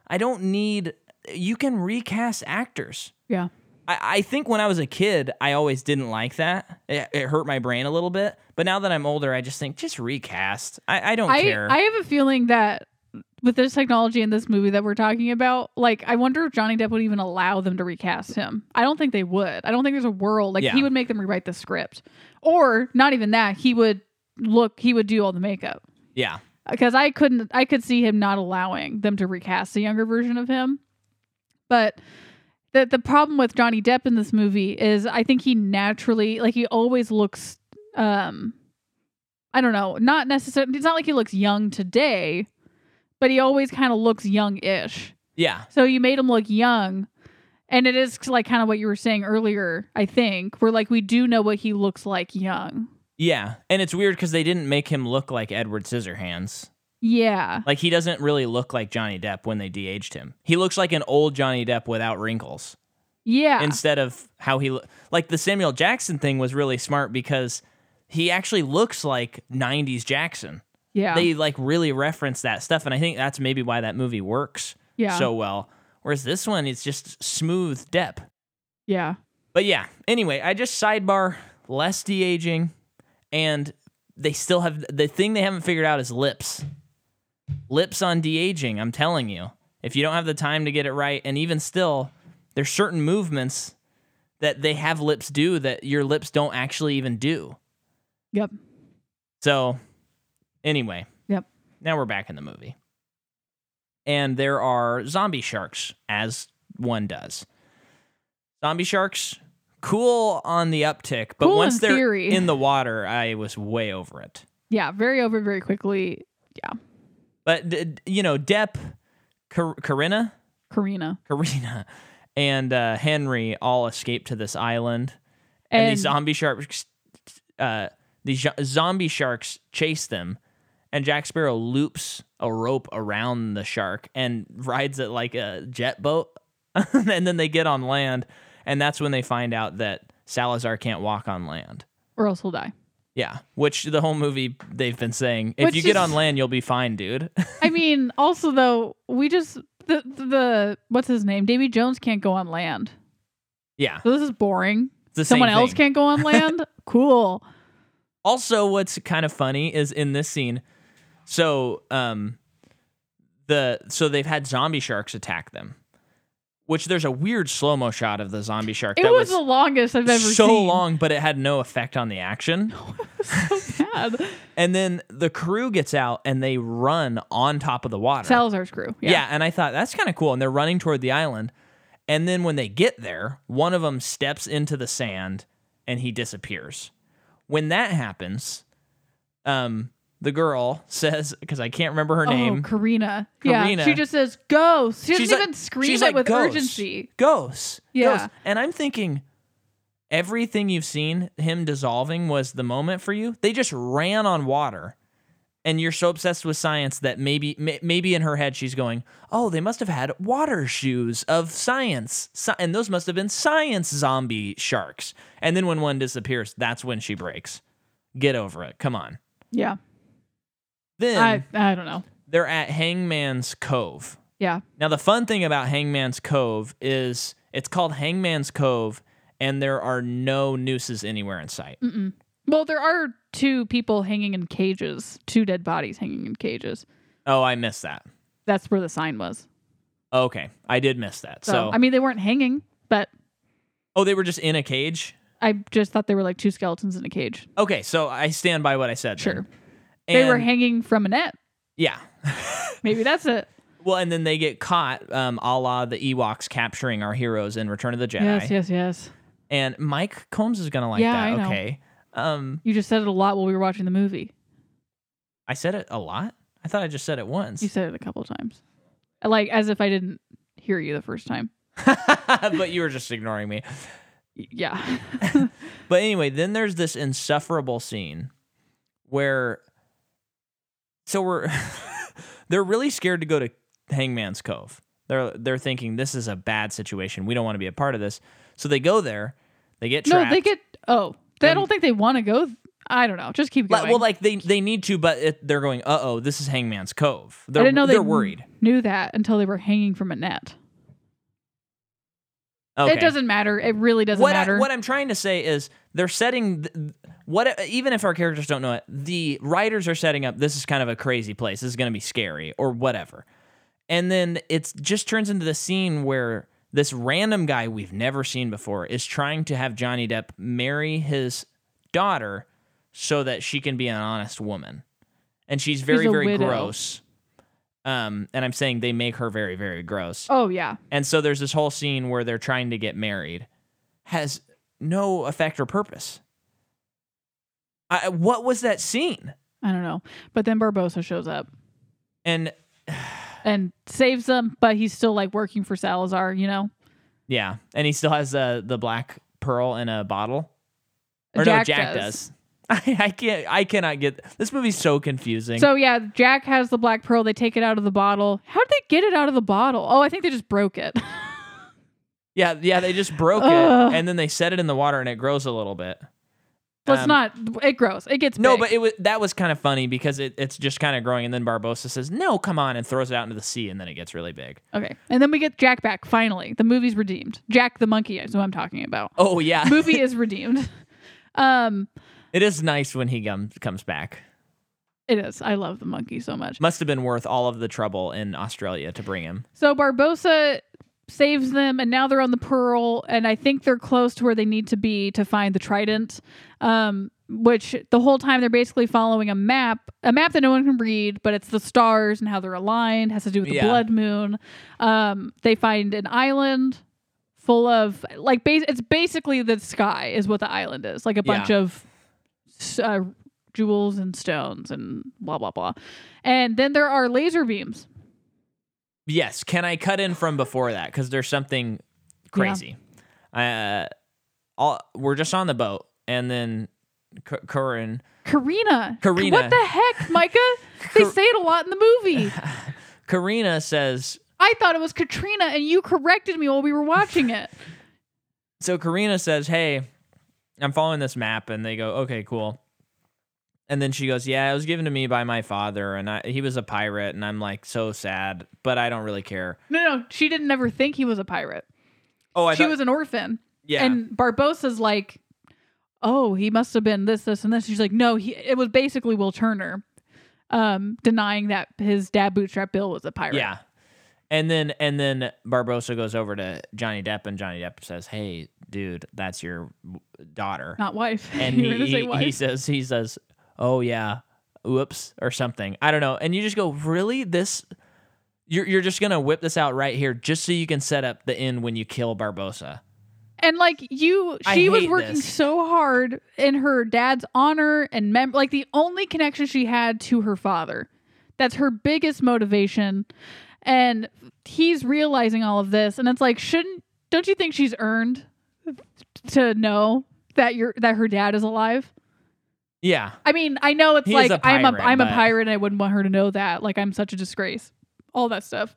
S1: I don't need you can recast actors.
S2: Yeah.
S1: I, I think when I was a kid, I always didn't like that. It, it hurt my brain a little bit. But now that I'm older, I just think just recast. I, I don't
S2: I,
S1: care.
S2: I have a feeling that with this technology in this movie that we're talking about, like, I wonder if Johnny Depp would even allow them to recast him. I don't think they would. I don't think there's a world. Like,
S1: Yeah.
S2: he would make them rewrite the script. Or not even that. He would look, he would do all the makeup.
S1: yeah.
S2: because I couldn't I could see him not allowing them to recast the younger version of him. But the the problem with Johnny Depp in this movie is I think he naturally like he always looks um I don't know, not necessarily it's not like he looks young today, but he always kind of looks young-ish.
S1: Yeah.
S2: So you made him look young. And it is like kind of what you were saying earlier, I think, where like we do know what he looks like young.
S1: Yeah. And it's weird because they didn't make him look like Edward Scissorhands.
S2: Yeah.
S1: Like he doesn't really look like Johnny Depp when they de-aged him. He looks like an old Johnny Depp without wrinkles
S2: Yeah.
S1: instead of how he lo- like the Samuel Jackson thing was really smart because he actually looks like 90s Jackson.
S2: yeah.
S1: They like really reference that stuff and I think that's maybe why that movie works
S2: yeah.
S1: so well. Whereas this one is just smooth Depp.
S2: yeah.
S1: But yeah, anyway, I just sidebar less de aging, and they still have the thing they haven't figured out is lips. Lips on de aging, I'm telling you. If you don't have the time to get it right, and even still, there's certain movements that they have lips do that your lips don't actually even do.
S2: Yep.
S1: So, anyway.
S2: Yep.
S1: Now we're back in the movie. And there are zombie sharks, as one does. Zombie sharks, cool on the uptick, but
S2: Cool
S1: once
S2: in
S1: they're
S2: theory.
S1: in the water, I was way over it.
S2: Yeah, very over very quickly.
S1: But, d- d- you know, Depp, Kar- Karina,
S2: Karina
S1: Karina, <laughs> and uh, Henry all escape to this island. and,
S2: and,
S1: these zombie sharks, uh, these jo- zombie sharks chase them, and Jack Sparrow loops a rope around the shark and rides it like a jet boat, <laughs> and then they get on land, and that's when they find out that Salazar can't walk on land.
S2: or else he'll die.
S1: Yeah, which the whole movie they've been saying, if
S2: Which
S1: you get
S2: is-
S1: on land, you'll be fine, dude. <laughs>
S2: I mean, <laughs> also though, we just the the what's his name? Davy Jones can't go on land.
S1: yeah,
S2: So this is boring.
S1: it's the
S2: Someone
S1: same
S2: else
S1: thing.
S2: can't go
S1: <laughs>
S2: on land? cool.
S1: Also, what's kind of funny is in this scene, so um, the so they've had zombie sharks attack them, which there's a weird slow mo shot of the zombie shark
S2: It
S1: that
S2: was, the longest I've ever
S1: so
S2: seen.
S1: long, but it had no effect on the action.
S2: <laughs> Bad.
S1: And then the crew gets out and they run on top of the water.
S2: Salazar's crew.
S1: yeah. and I thought that's kind of cool. And they're running toward the island, and then when they get there, one of them steps into the sand and he disappears. When that happens, um, the girl <laughs> says, because I can't remember her
S2: Oh,
S1: name.
S2: Karina.
S1: Karina.
S2: Yeah, she just says go. She doesn't
S1: She's like-
S2: even scream
S1: she's
S2: it
S1: like,
S2: with
S1: "Ghosts,
S2: urgency.
S1: Ghosts.
S2: Yeah.
S1: Ghosts. And I'm thinking, everything you've seen him dissolving was the moment for you. They just ran on water. And you're so obsessed with science that maybe may- maybe in her head she's going, "Oh, they must have had water shoes of science, Sci- and those must have been science zombie sharks." And then when one disappears, that's when she breaks. Get over it. Come on.
S2: Yeah,
S1: Then
S2: I I don't know.
S1: they're at Hangman's Cove.
S2: Yeah,
S1: Now, the fun thing about Hangman's Cove is it's called Hangman's Cove, and there are no nooses anywhere in sight.
S2: Mm. Well, there are two people hanging in cages, two dead bodies hanging in cages.
S1: Oh, I missed that.
S2: That's where the sign was.
S1: Okay, I did miss that.
S2: So,
S1: So,
S2: I mean, they weren't hanging, but
S1: oh, they were just in a cage.
S2: I just thought they were like two skeletons in a cage.
S1: Okay, so I stand by what I said. then.
S2: Sure. they were
S1: And-
S2: hanging from a net.
S1: Yeah.
S2: Maybe that's it.
S1: Well, and then they get caught, um, a la the Ewoks capturing our heroes in Return of the Jedi.
S2: Yes, yes, yes.
S1: And Mike Combs is gonna like
S2: Yeah,
S1: that.
S2: I know.
S1: Okay. Um,
S2: You just said it a lot while we were watching the movie.
S1: I said it a lot. I thought I just said it once.
S2: You said it a couple times. Like as if I didn't hear you the first time.
S1: <laughs> but you were just ignoring me.
S2: Y-
S1: <laughs>
S2: Yeah.
S1: But anyway, then there's this insufferable scene where so we're <laughs> they're really scared to go to Hangman's Cove. They're they're thinking this is a bad situation. We don't want to be a part of this. So they go there. They get
S2: no,
S1: trapped.
S2: they get oh. They, I
S1: And-
S2: don't think they want to go. I don't know. Just keep
S1: Like-
S2: going.
S1: well, like they they need to, but it, they're going. Uh oh, this is Hangman's Cove. They're,
S2: I didn't know they
S1: they're worried.
S2: Knew that until they were hanging from a net.
S1: Okay.
S2: It doesn't matter. It really doesn't
S1: what
S2: matter.
S1: I, what I'm trying to say is they're setting th- what even if our characters don't know it, the writers are setting up this is kind of a crazy place. This is going to be scary or whatever. And then it just turns into the scene where this random guy we've never seen before is trying to have Johnny Depp marry his daughter so that she can be an honest woman. And she's very
S2: a
S1: very
S2: widow.
S1: gross. Um and I'm saying they make her very very gross.
S2: oh yeah.
S1: And so there's this whole scene where they're trying to get married, has no effect or purpose. I, what was that scene?
S2: I don't know. But then Barbosa shows up
S1: And
S2: and saves them, but he's still like working for Salazar, you know?
S1: yeah, and he still has uh, the black pearl in a bottle. Or no,
S2: Jack
S1: Jack does. <laughs>
S2: does.
S1: I, I can't. I cannot get this movie's so confusing.
S2: So yeah, Jack has the black pearl. They take it out of the bottle. How did they get it out of the bottle? Oh, I think they just broke it. <laughs>
S1: yeah, yeah, they just broke it
S2: Ugh.
S1: and then they set it in the water and it grows a little bit.
S2: Let's
S1: Um,
S2: not. It grows. It gets
S1: No,
S2: big.
S1: but it was that was kind of funny because it, it's just kind of growing and then Barbosa says, "No, come on," and throws it out into the sea and then it gets really big.
S2: okay. And then we get Jack back finally. The movie's redeemed. Jack the monkey is what I'm talking about.
S1: Oh
S2: <laughs>
S1: yeah,
S2: Movie is redeemed. Um,
S1: It is nice when he gum- comes back.
S2: it is. I love the monkey so much.
S1: Must have been worth all of the trouble in Australia to bring him.
S2: So Barbosa saves them, and now they're on the Pearl, and I think they're close to where they need to be to find the Trident. Um, which the whole time they're basically following a map, a map that no one can read, but it's the stars and how they're aligned, has to do with the
S1: Yeah.
S2: blood moon. Um, they find an island full of like bas- it's basically the sky is what the island is, like a bunch
S1: Yeah.
S2: of s- uh, jewels and stones and blah blah blah. And then there are laser beams
S1: Yes, can I cut in from before that cuz there's something crazy. Uh all, we're just on the boat and then C- Corin
S2: Karina.
S1: Karina.
S2: What the
S1: <laughs>
S2: heck, Micah? they
S1: Kar-
S2: say it a lot in the movie.
S1: Karina says
S2: I thought it was Katrina, and you corrected me while we were watching it.
S1: so Karina says, "Hey, I'm following this map," and they go, "Okay, cool." And then she goes, "Yeah, it was given to me by my father, and I, he was a pirate." And I'm like, so sad, but I don't really care.
S2: No, no, she didn't ever think he was a pirate.
S1: Oh, I
S2: she
S1: thought-
S2: was an orphan.
S1: yeah.
S2: And Barbosa's like, oh, he must have been this, this, and this. She's like, no, he, it was basically Will Turner um, denying that his dad, Bootstrap Bill, was a pirate.
S1: Yeah. And then and then Barbosa goes over to Johnny Depp and Johnny Depp says, "Hey, dude, that's your w- daughter."
S2: <laughs> Not wife.
S1: and
S2: You were
S1: he,
S2: gonna say
S1: he,
S2: wife.
S1: he says he says, "Oh yeah, whoops or something." I don't know. And you just go, "Really? This you're you're just going to whip this out right here just so you can set up the end when you kill Barbosa."
S2: and like you,
S1: I
S2: she was
S1: hate
S2: working
S1: this.
S2: so hard in her dad's honor and mem- like the only connection she had to her father. That's her biggest motivation, and he's realizing all of this, and it's like, shouldn't? Don't you think she's earned to know that you're that her dad is alive?
S1: Yeah.
S2: I mean, I know it's
S1: He is
S2: like
S1: a
S2: I'm a
S1: pirate,
S2: I'm a
S1: but-
S2: pirate and I wouldn't want her to know that. Like I'm such a disgrace. All that stuff.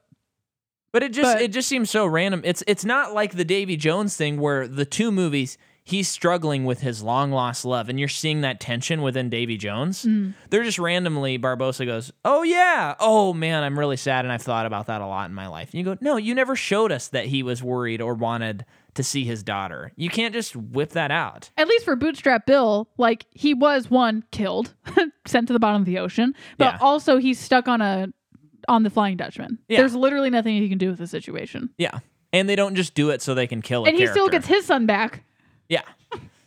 S1: But it just
S2: But-
S1: it just seems so random. It's it's not like the Davy Jones thing where the two movies he's struggling with his long lost love and you're seeing that tension within Davy Jones.
S2: Mm.
S1: They're just randomly Barbosa goes, "Oh yeah. Oh man, I'm really sad and I've thought about that a lot in my life." And you go, "No, you never showed us that he was worried or wanted to see his daughter. You can't just whip that out."
S2: At least for Bootstrap Bill, like he was one killed, <laughs> sent to the bottom of the ocean, but
S1: Yeah.
S2: also he's stuck on a on the Flying Dutchman.
S1: Yeah.
S2: There's literally nothing he can do with the situation.
S1: Yeah. And they don't just do it so they can kill a
S2: And he still
S1: character.
S2: gets his son back.
S1: Yeah.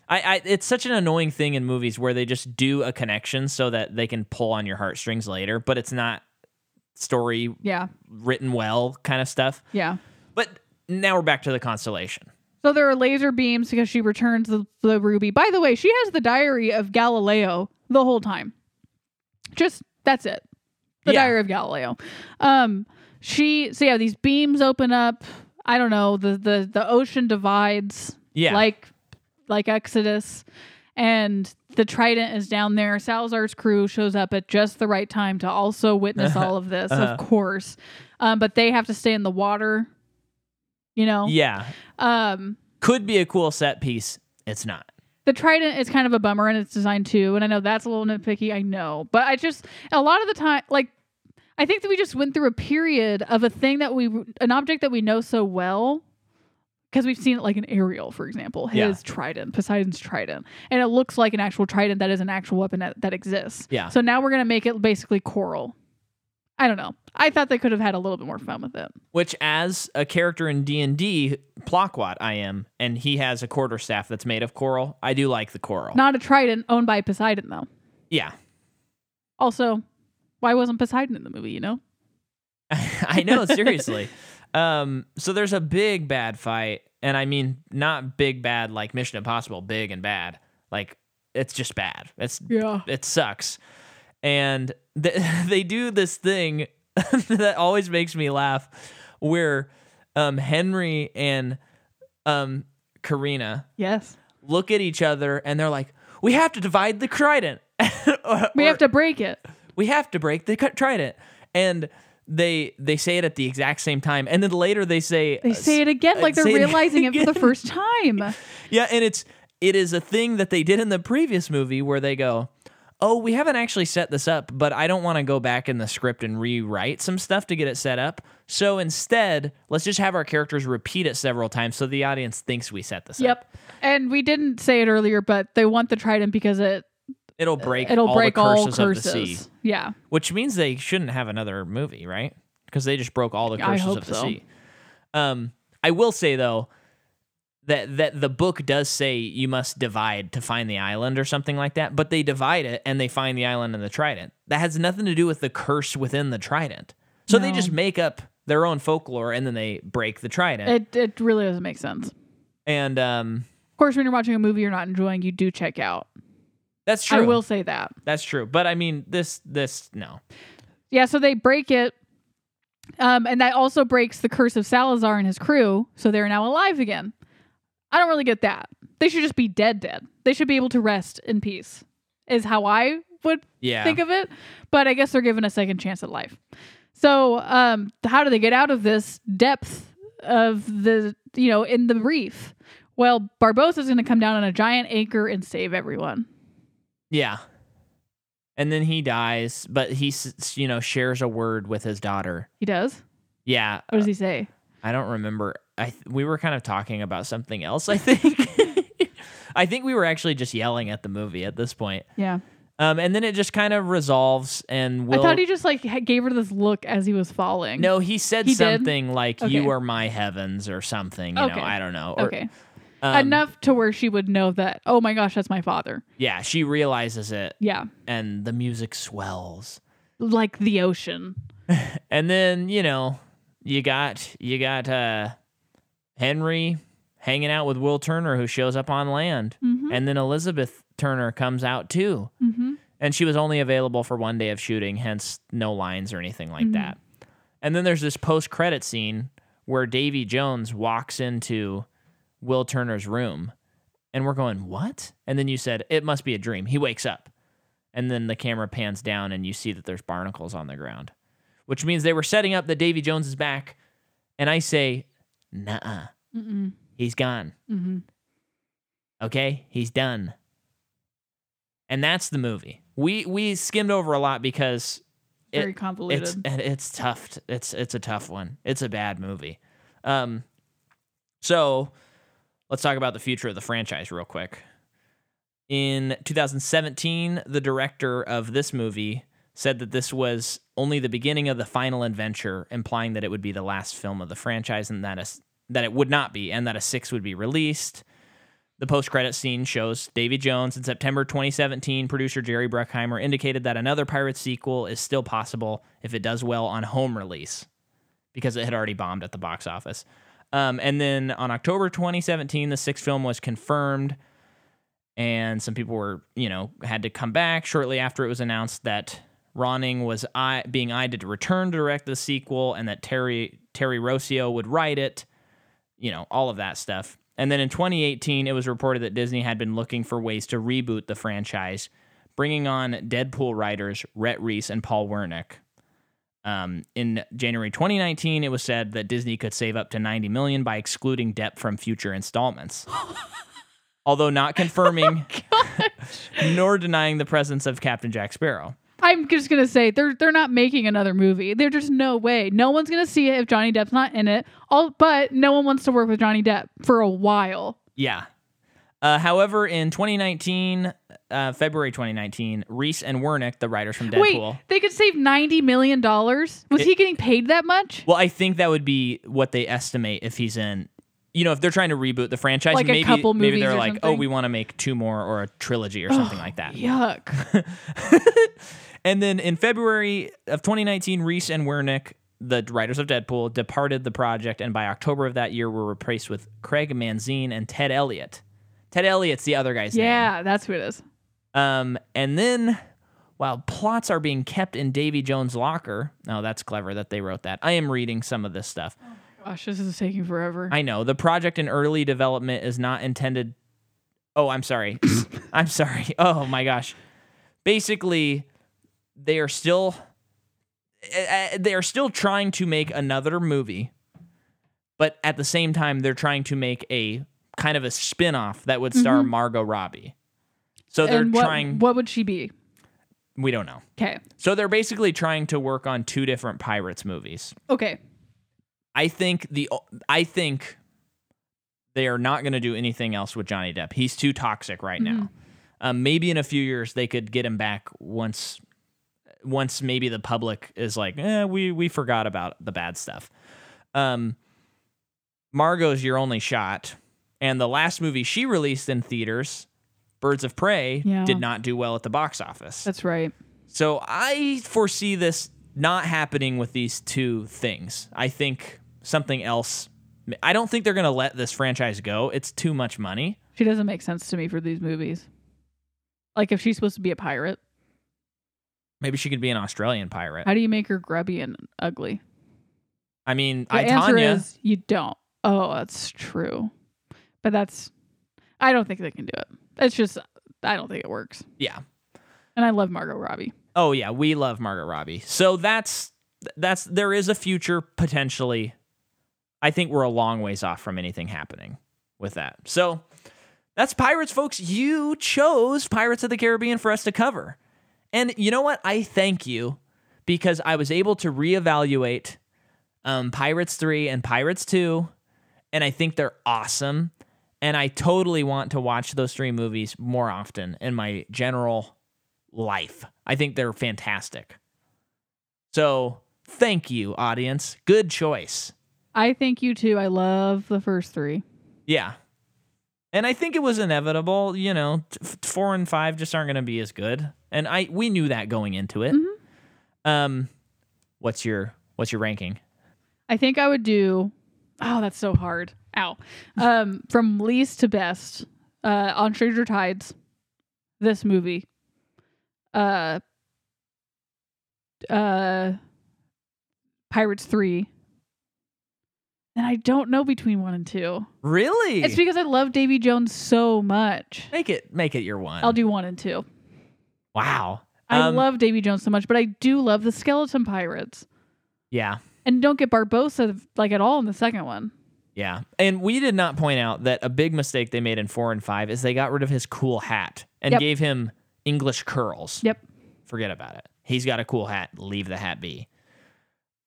S1: I, I it's such an annoying thing in movies where they just do a connection so that they can pull on your heartstrings later, but it's not story
S2: Yeah.
S1: written well kind of stuff.
S2: Yeah.
S1: But now we're back to the constellation.
S2: So there are laser beams because she returns the, the ruby. By the way, she has the diary of Galileo the whole time. Just that's it. The
S1: Yeah.
S2: diary of Galileo. Um she so yeah, these beams open up. I don't know, the the the ocean divides
S1: Yeah.
S2: like like Exodus and the trident is down there. Salazar's crew shows up at just the right time to also witness
S1: <laughs>
S2: all of this,
S1: Uh-huh.
S2: of course. Um, but they have to stay in the water, you know.
S1: yeah.
S2: Um
S1: Could be a cool set piece. It's not.
S2: the trident is kind of a bummer in its design too and i know that's a little nitpicky i know but i just a lot of the time like i think that we just went through a period of a thing that we an object that we know so well because we've seen it like an ariel for example his
S1: Yeah.
S2: trident poseidon's trident and it looks like an actual trident that is an actual weapon that, that exists
S1: Yeah.
S2: so now we're gonna make it basically coral i don't know i thought they could have had a little bit more fun with it
S1: Which as a character in D&D, Plockwat I am, and he has a quarter staff that's made of coral. I do like the coral.
S2: not a trident owned by poseidon though
S1: yeah.
S2: also why wasn't poseidon in the movie you know
S1: <laughs> I know, seriously. um, so there's a big bad fight, and I mean not big bad like Mission Impossible, big and bad. Like it's just bad. It's
S2: yeah
S1: it sucks. And th- <laughs> they do this thing <laughs> that always makes me laugh, where um, Henry and um, Karina
S2: yes
S1: look at each other and they're like, "We have to divide the trident." Or-
S2: We have to break it.
S1: we have to break the cut trident and they they say it at the exact same time and then later they say uh,
S2: They say it again, like they're
S1: say it
S2: realizing it for the
S1: again. <laughs>
S2: first time.
S1: yeah and it's it is a thing that they did in the previous movie where they go oh we haven't actually set this up but i don't want to go back in the script and rewrite some stuff to get it set up so instead let's just have our characters repeat it several times so the audience thinks we set this up
S2: Yep. And we didn't say it earlier, but they want the trident because it
S1: it'll break
S2: it'll
S1: all
S2: break
S1: the curses,
S2: all curses.
S1: of the sea
S2: Yeah.
S1: which means they shouldn't have another movie, right? Because they just broke all the
S2: I
S1: curses
S2: hope
S1: of the
S2: so.
S1: sea. Um, I will say though that that the book does say you must divide to find the island or something like that, but they divide it and they find the island and the trident. That has nothing to do with the curse within the trident. So they
S2: No.
S1: just make up their own folklore and then they break the trident.
S2: It it really doesn't make sense. Of
S1: and um,
S2: course, when you're watching a movie you're not enjoying, you do check out.
S1: that's true.
S2: I will say that.
S1: That's true. But I mean, this this no.
S2: Yeah, so they break it. Um, and that also breaks the curse of Salazar and his crew, so they're now alive again. I don't really get that. They should just be dead dead. They should be able to rest in peace. Is how I would
S1: Yeah.
S2: think of it. But I guess they're given a second chance at life. So, um, how do they get out of this depth of the, you know, in the reef? Well, Barbosa's going to come down on a giant anchor and save everyone.
S1: Yeah. And then he dies, but he s- you know shares a word with his daughter.
S2: He does.
S1: Yeah,
S2: What does he say?
S1: I don't remember. I th- we were kind of talking about something else. I think. <laughs> I think we were actually just yelling at the movie at this point.
S2: Yeah.
S1: Um, and then it just kind of resolves and will.
S2: I thought he just like ha- gave her this look as he was falling.
S1: no, he said
S2: He did?
S1: something like
S2: Okay.
S1: "You are my heavens" or something. You
S2: Okay.
S1: know, I don't know. Or,
S2: okay.
S1: um,
S2: Enough to where she would know that, oh my gosh, that's my father.
S1: Yeah, she realizes it,
S2: Yeah.
S1: and the music swells.
S2: Like the ocean.
S1: And then, you know, you got you got uh Henry hanging out with Will Turner, who shows up on land. And then Elizabeth Turner comes out too.
S2: Mm-hmm.
S1: And she was only available for one day of shooting, hence no lines or anything like that. And then there's this post credit scene where Davy Jones walks into Will Turner's room. And we're going, what? And then you said, it must be a dream. He wakes up. And then the camera pans down and you see that there's barnacles on the ground, which means they were setting up that Davy Jones is back. And I say, nah,
S2: Mm-mm.
S1: he's gone.
S2: Mm-hmm.
S1: Okay, he's done. And that's the movie. We we skimmed over a lot because it-
S2: Very convoluted.
S1: it's and it's tough. t- It's it's a tough one. It's a bad movie. Um, so let's talk about the future of the franchise real quick. In 2017, the director of this movie said that this was only the beginning of the final adventure, implying that it would be the last film of the franchise and that a s that it would not be, and that a six would be released. The post credit scene shows Davy Jones in September 2017. Producer Jerry Bruckheimer indicated that another pirate sequel is still possible if it does well on home release because it had already bombed at the box office. Um, and then on October 2017, the sixth film was confirmed, and some people were, you know, had to come back shortly after it was announced that Ronning was I- being eyed to return to direct the sequel and that Terry Terry Rossio would write it you know, all of that stuff. And then in 2018, it was reported that Disney had been looking for ways to reboot the franchise, bringing on Deadpool writers Rhett Reese and Paul Wernick. Um, in January 2019, it was said that Disney could save up to 90 million by excluding debt from future installments. Although not confirming nor denying the presence of Captain Jack Sparrow.
S2: I'm just gonna say they're they're not making another movie. There's just no way. No one's gonna see it if Johnny Depp's not in it. All but no one wants to work with Johnny Depp for a while.
S1: Yeah. Uh, however, in 2019, uh, February 2019, Reese and Wernick, the writers from Deadpool,
S2: Wait, they could save ninety million dollars. Was he getting paid that much?
S1: Well, I think that would be what they estimate if he's in. You know, if they're trying to reboot the franchise,
S2: Like a
S1: maybe
S2: couple
S1: maybe
S2: movies
S1: they're
S2: or
S1: like, oh,
S2: something. Oh,
S1: we want to make two more or a trilogy or something like that. <laughs>
S2: Yuck.
S1: And then in February of 2019, Reese and Wernick, the writers of Deadpool, departed the project, and by October of that year, were replaced with Craig Manzine and Ted Elliott. Ted Elliott's the other guy's name.
S2: yeah, that's who it is.
S1: Um, and then while plots are being kept in Davy Jones' locker, oh, that's clever that they wrote that. I am reading some of this stuff.
S2: Gosh, this is taking forever.
S1: I know the project in early development is not intended. Oh, I'm sorry.
S2: <coughs>
S1: I'm sorry. Oh my gosh. Basically, they are still eh, eh, they are still trying to make another movie, but at the same time, they're trying to make a kind of a spin-off that would star Margot Robbie. So they're
S2: Mm-hmm. and what,
S1: trying.
S2: What would she be?
S1: we don't know.
S2: Okay.
S1: So they're basically trying to work on two different pirates movies.
S2: Okay.
S1: I think the I think they are not going to do anything else with Johnny Depp. He's too toxic right now. Um, maybe in a few years they could get him back once once maybe the public is like, eh, we we forgot about the bad stuff. Um, Margot's your only shot, and the last movie she released in theaters, Birds of Prey,
S2: Yeah.
S1: did not do well at the box office.
S2: That's right.
S1: So I foresee this not happening with these two things. I think something else. I don't think they're going to let this franchise go. It's too much money.
S2: She doesn't make sense to me for these movies. Like if she's supposed to be a pirate,
S1: Maybe she could be an Australian pirate.
S2: how do you make her grubby and ugly?
S1: I mean,
S2: The
S1: I
S2: answer
S1: Tanya.
S2: is you don't. Oh, that's true. But that's I don't think they can do it. It's just I don't think it works.
S1: yeah.
S2: And I love Margot Robbie.
S1: Oh yeah, we love Margot Robbie. So that's that's there is a future potentially. I think we're a long ways off from anything happening with that. So that's Pirates, folks. You chose Pirates of the Caribbean for us to cover. And you know what? I thank you because I was able to reevaluate um, Pirates 3 and Pirates 2, and I think they're awesome. And I totally want to watch those three movies more often in my general life. I think they're fantastic. So thank you, audience. Good choice.
S2: I think you too. I love the first three.
S1: Yeah. And I think it was inevitable, you know, t- f- four and five just aren't going to be as good. And I we knew that going into it.
S2: Mm-hmm.
S1: Um, what's your what's your ranking?
S2: I think I would do oh, that's so hard. Ow. Um, <laughs> from least to best, uh, on Stranger Tides, this movie. Uh, uh, Pirates Three. And I don't know between one and two.
S1: Really?
S2: It's because I love Davy Jones so much.
S1: make it make it your one.
S2: I'll do one and two.
S1: wow.
S2: I
S1: Um,
S2: love Davy Jones so much, but I do love the Skeleton Pirates.
S1: Yeah.
S2: And don't get Barbosa like at all in the second one.
S1: Yeah. And we did not point out that a big mistake they made in 4 and 5 is they got rid of his cool hat and
S2: Yep.
S1: gave him English curls.
S2: Yep.
S1: Forget about it. He's got a cool hat. Leave the hat be.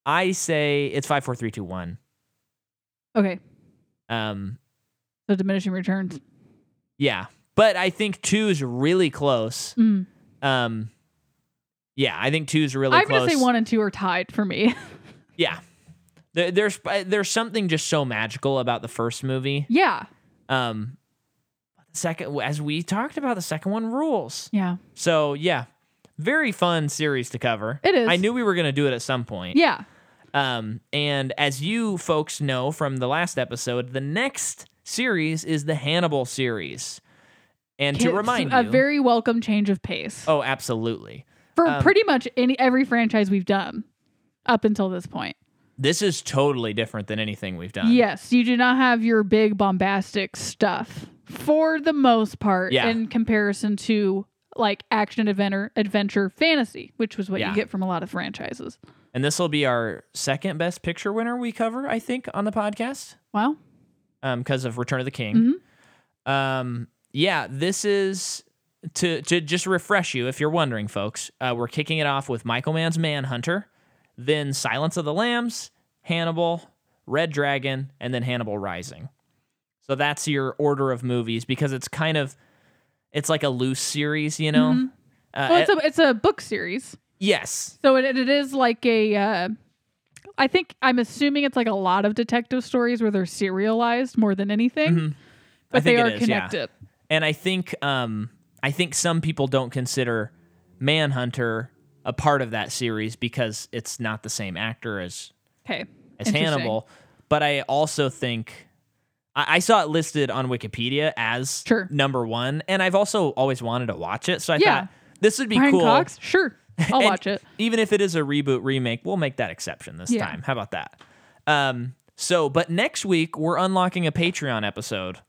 S1: I say it's five, four, three, two, one.
S2: Okay.
S1: Um,
S2: The diminishing returns.
S1: yeah. But I think two's really close.
S2: Mm.
S1: Um, yeah, I think two's really
S2: I'm
S1: close.
S2: gonna say one and two are tied for me. <laughs>
S1: Yeah. There, there's uh, there's something just so magical about the first movie.
S2: yeah.
S1: Um, the second, as we talked about, the second one rules.
S2: Yeah.
S1: So yeah, very fun series to cover.
S2: It is.
S1: I knew we were gonna do it at some point.
S2: Yeah.
S1: Um, and as you folks know from the last episode, the next series is the Hannibal series. And to
S2: It's
S1: remind
S2: a
S1: you,
S2: very welcome change of pace
S1: oh, absolutely.
S2: for
S1: um,
S2: pretty much any every franchise we've done up until this point.
S1: This is totally different than anything we've done.
S2: Yes, you do not have your big bombastic stuff for the most part
S1: Yeah.
S2: in comparison to like action adventure adventure fantasy, which was what
S1: Yeah.
S2: you get from a lot of franchises.
S1: And this will be our second best picture winner we cover, I think, on the podcast.
S2: Wow.
S1: um because of Return of the King. Um yeah, this is to to just refresh you if you're wondering folks. Uh we're kicking it off with Michael Mann's Manhunter, then Silence of the Lambs, Hannibal, Red Dragon, and then Hannibal Rising. So that's your order of movies because it's kind of it's like a loose series, you know. Uh,
S2: Well, it's
S1: eh,
S2: a it's a book series.
S1: yes.
S2: So it, it is like a. Uh, I think I'm assuming it's like a lot of detective stories where they're serialized more than anything,
S1: Mm-hmm.
S2: but
S1: I think
S2: they
S1: it
S2: are
S1: is, yeah.
S2: connected.
S1: And I think um I think some people don't consider Manhunter a part of that series because it's not the same actor as
S2: Okay.
S1: as Hannibal. But I also think I, I saw it listed on Wikipedia as
S2: Sure.
S1: number one, and I've also always wanted to watch it. So I
S2: Yeah.
S1: thought this would be
S2: Brian
S1: cool.
S2: Cox.
S1: <laughs>
S2: Sure, I'll
S1: And
S2: watch it.
S1: Even if it is a reboot remake, we'll make that exception this
S2: Yeah.
S1: time. How about that? Um, so, but next week we're unlocking a Patreon episode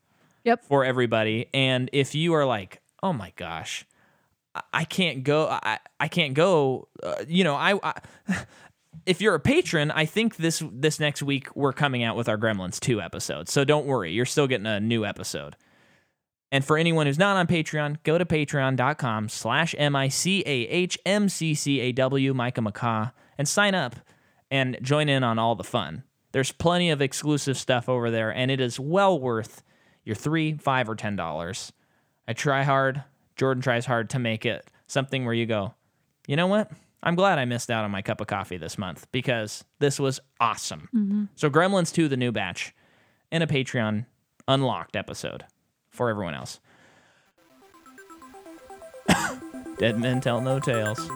S2: Yep.
S1: for everybody. And if you are like, oh my gosh, I- I can't go, I, I can't go, uh, you know, I, <laughs> I if you're a patron, I think this this next week we're coming out with our Gremlins 2 episode. So don't worry, you're still getting a new episode. And for anyone who's not on Patreon, go to patreon.com slash M-I-C-A-H-M-C-C-A-W, Micah McCaw, and sign up and join in on all the fun. There's plenty of exclusive stuff over there, and it is well worth your three, five, or ten dollars. I try hard. Jordan tries hard to make it something where you go, you know what? I'm glad I missed out on my cup of coffee this month because this was awesome. So, Gremlins 2, the new batch, and a Patreon unlocked episode for <laughs> everyone else. Dead men tell no tales.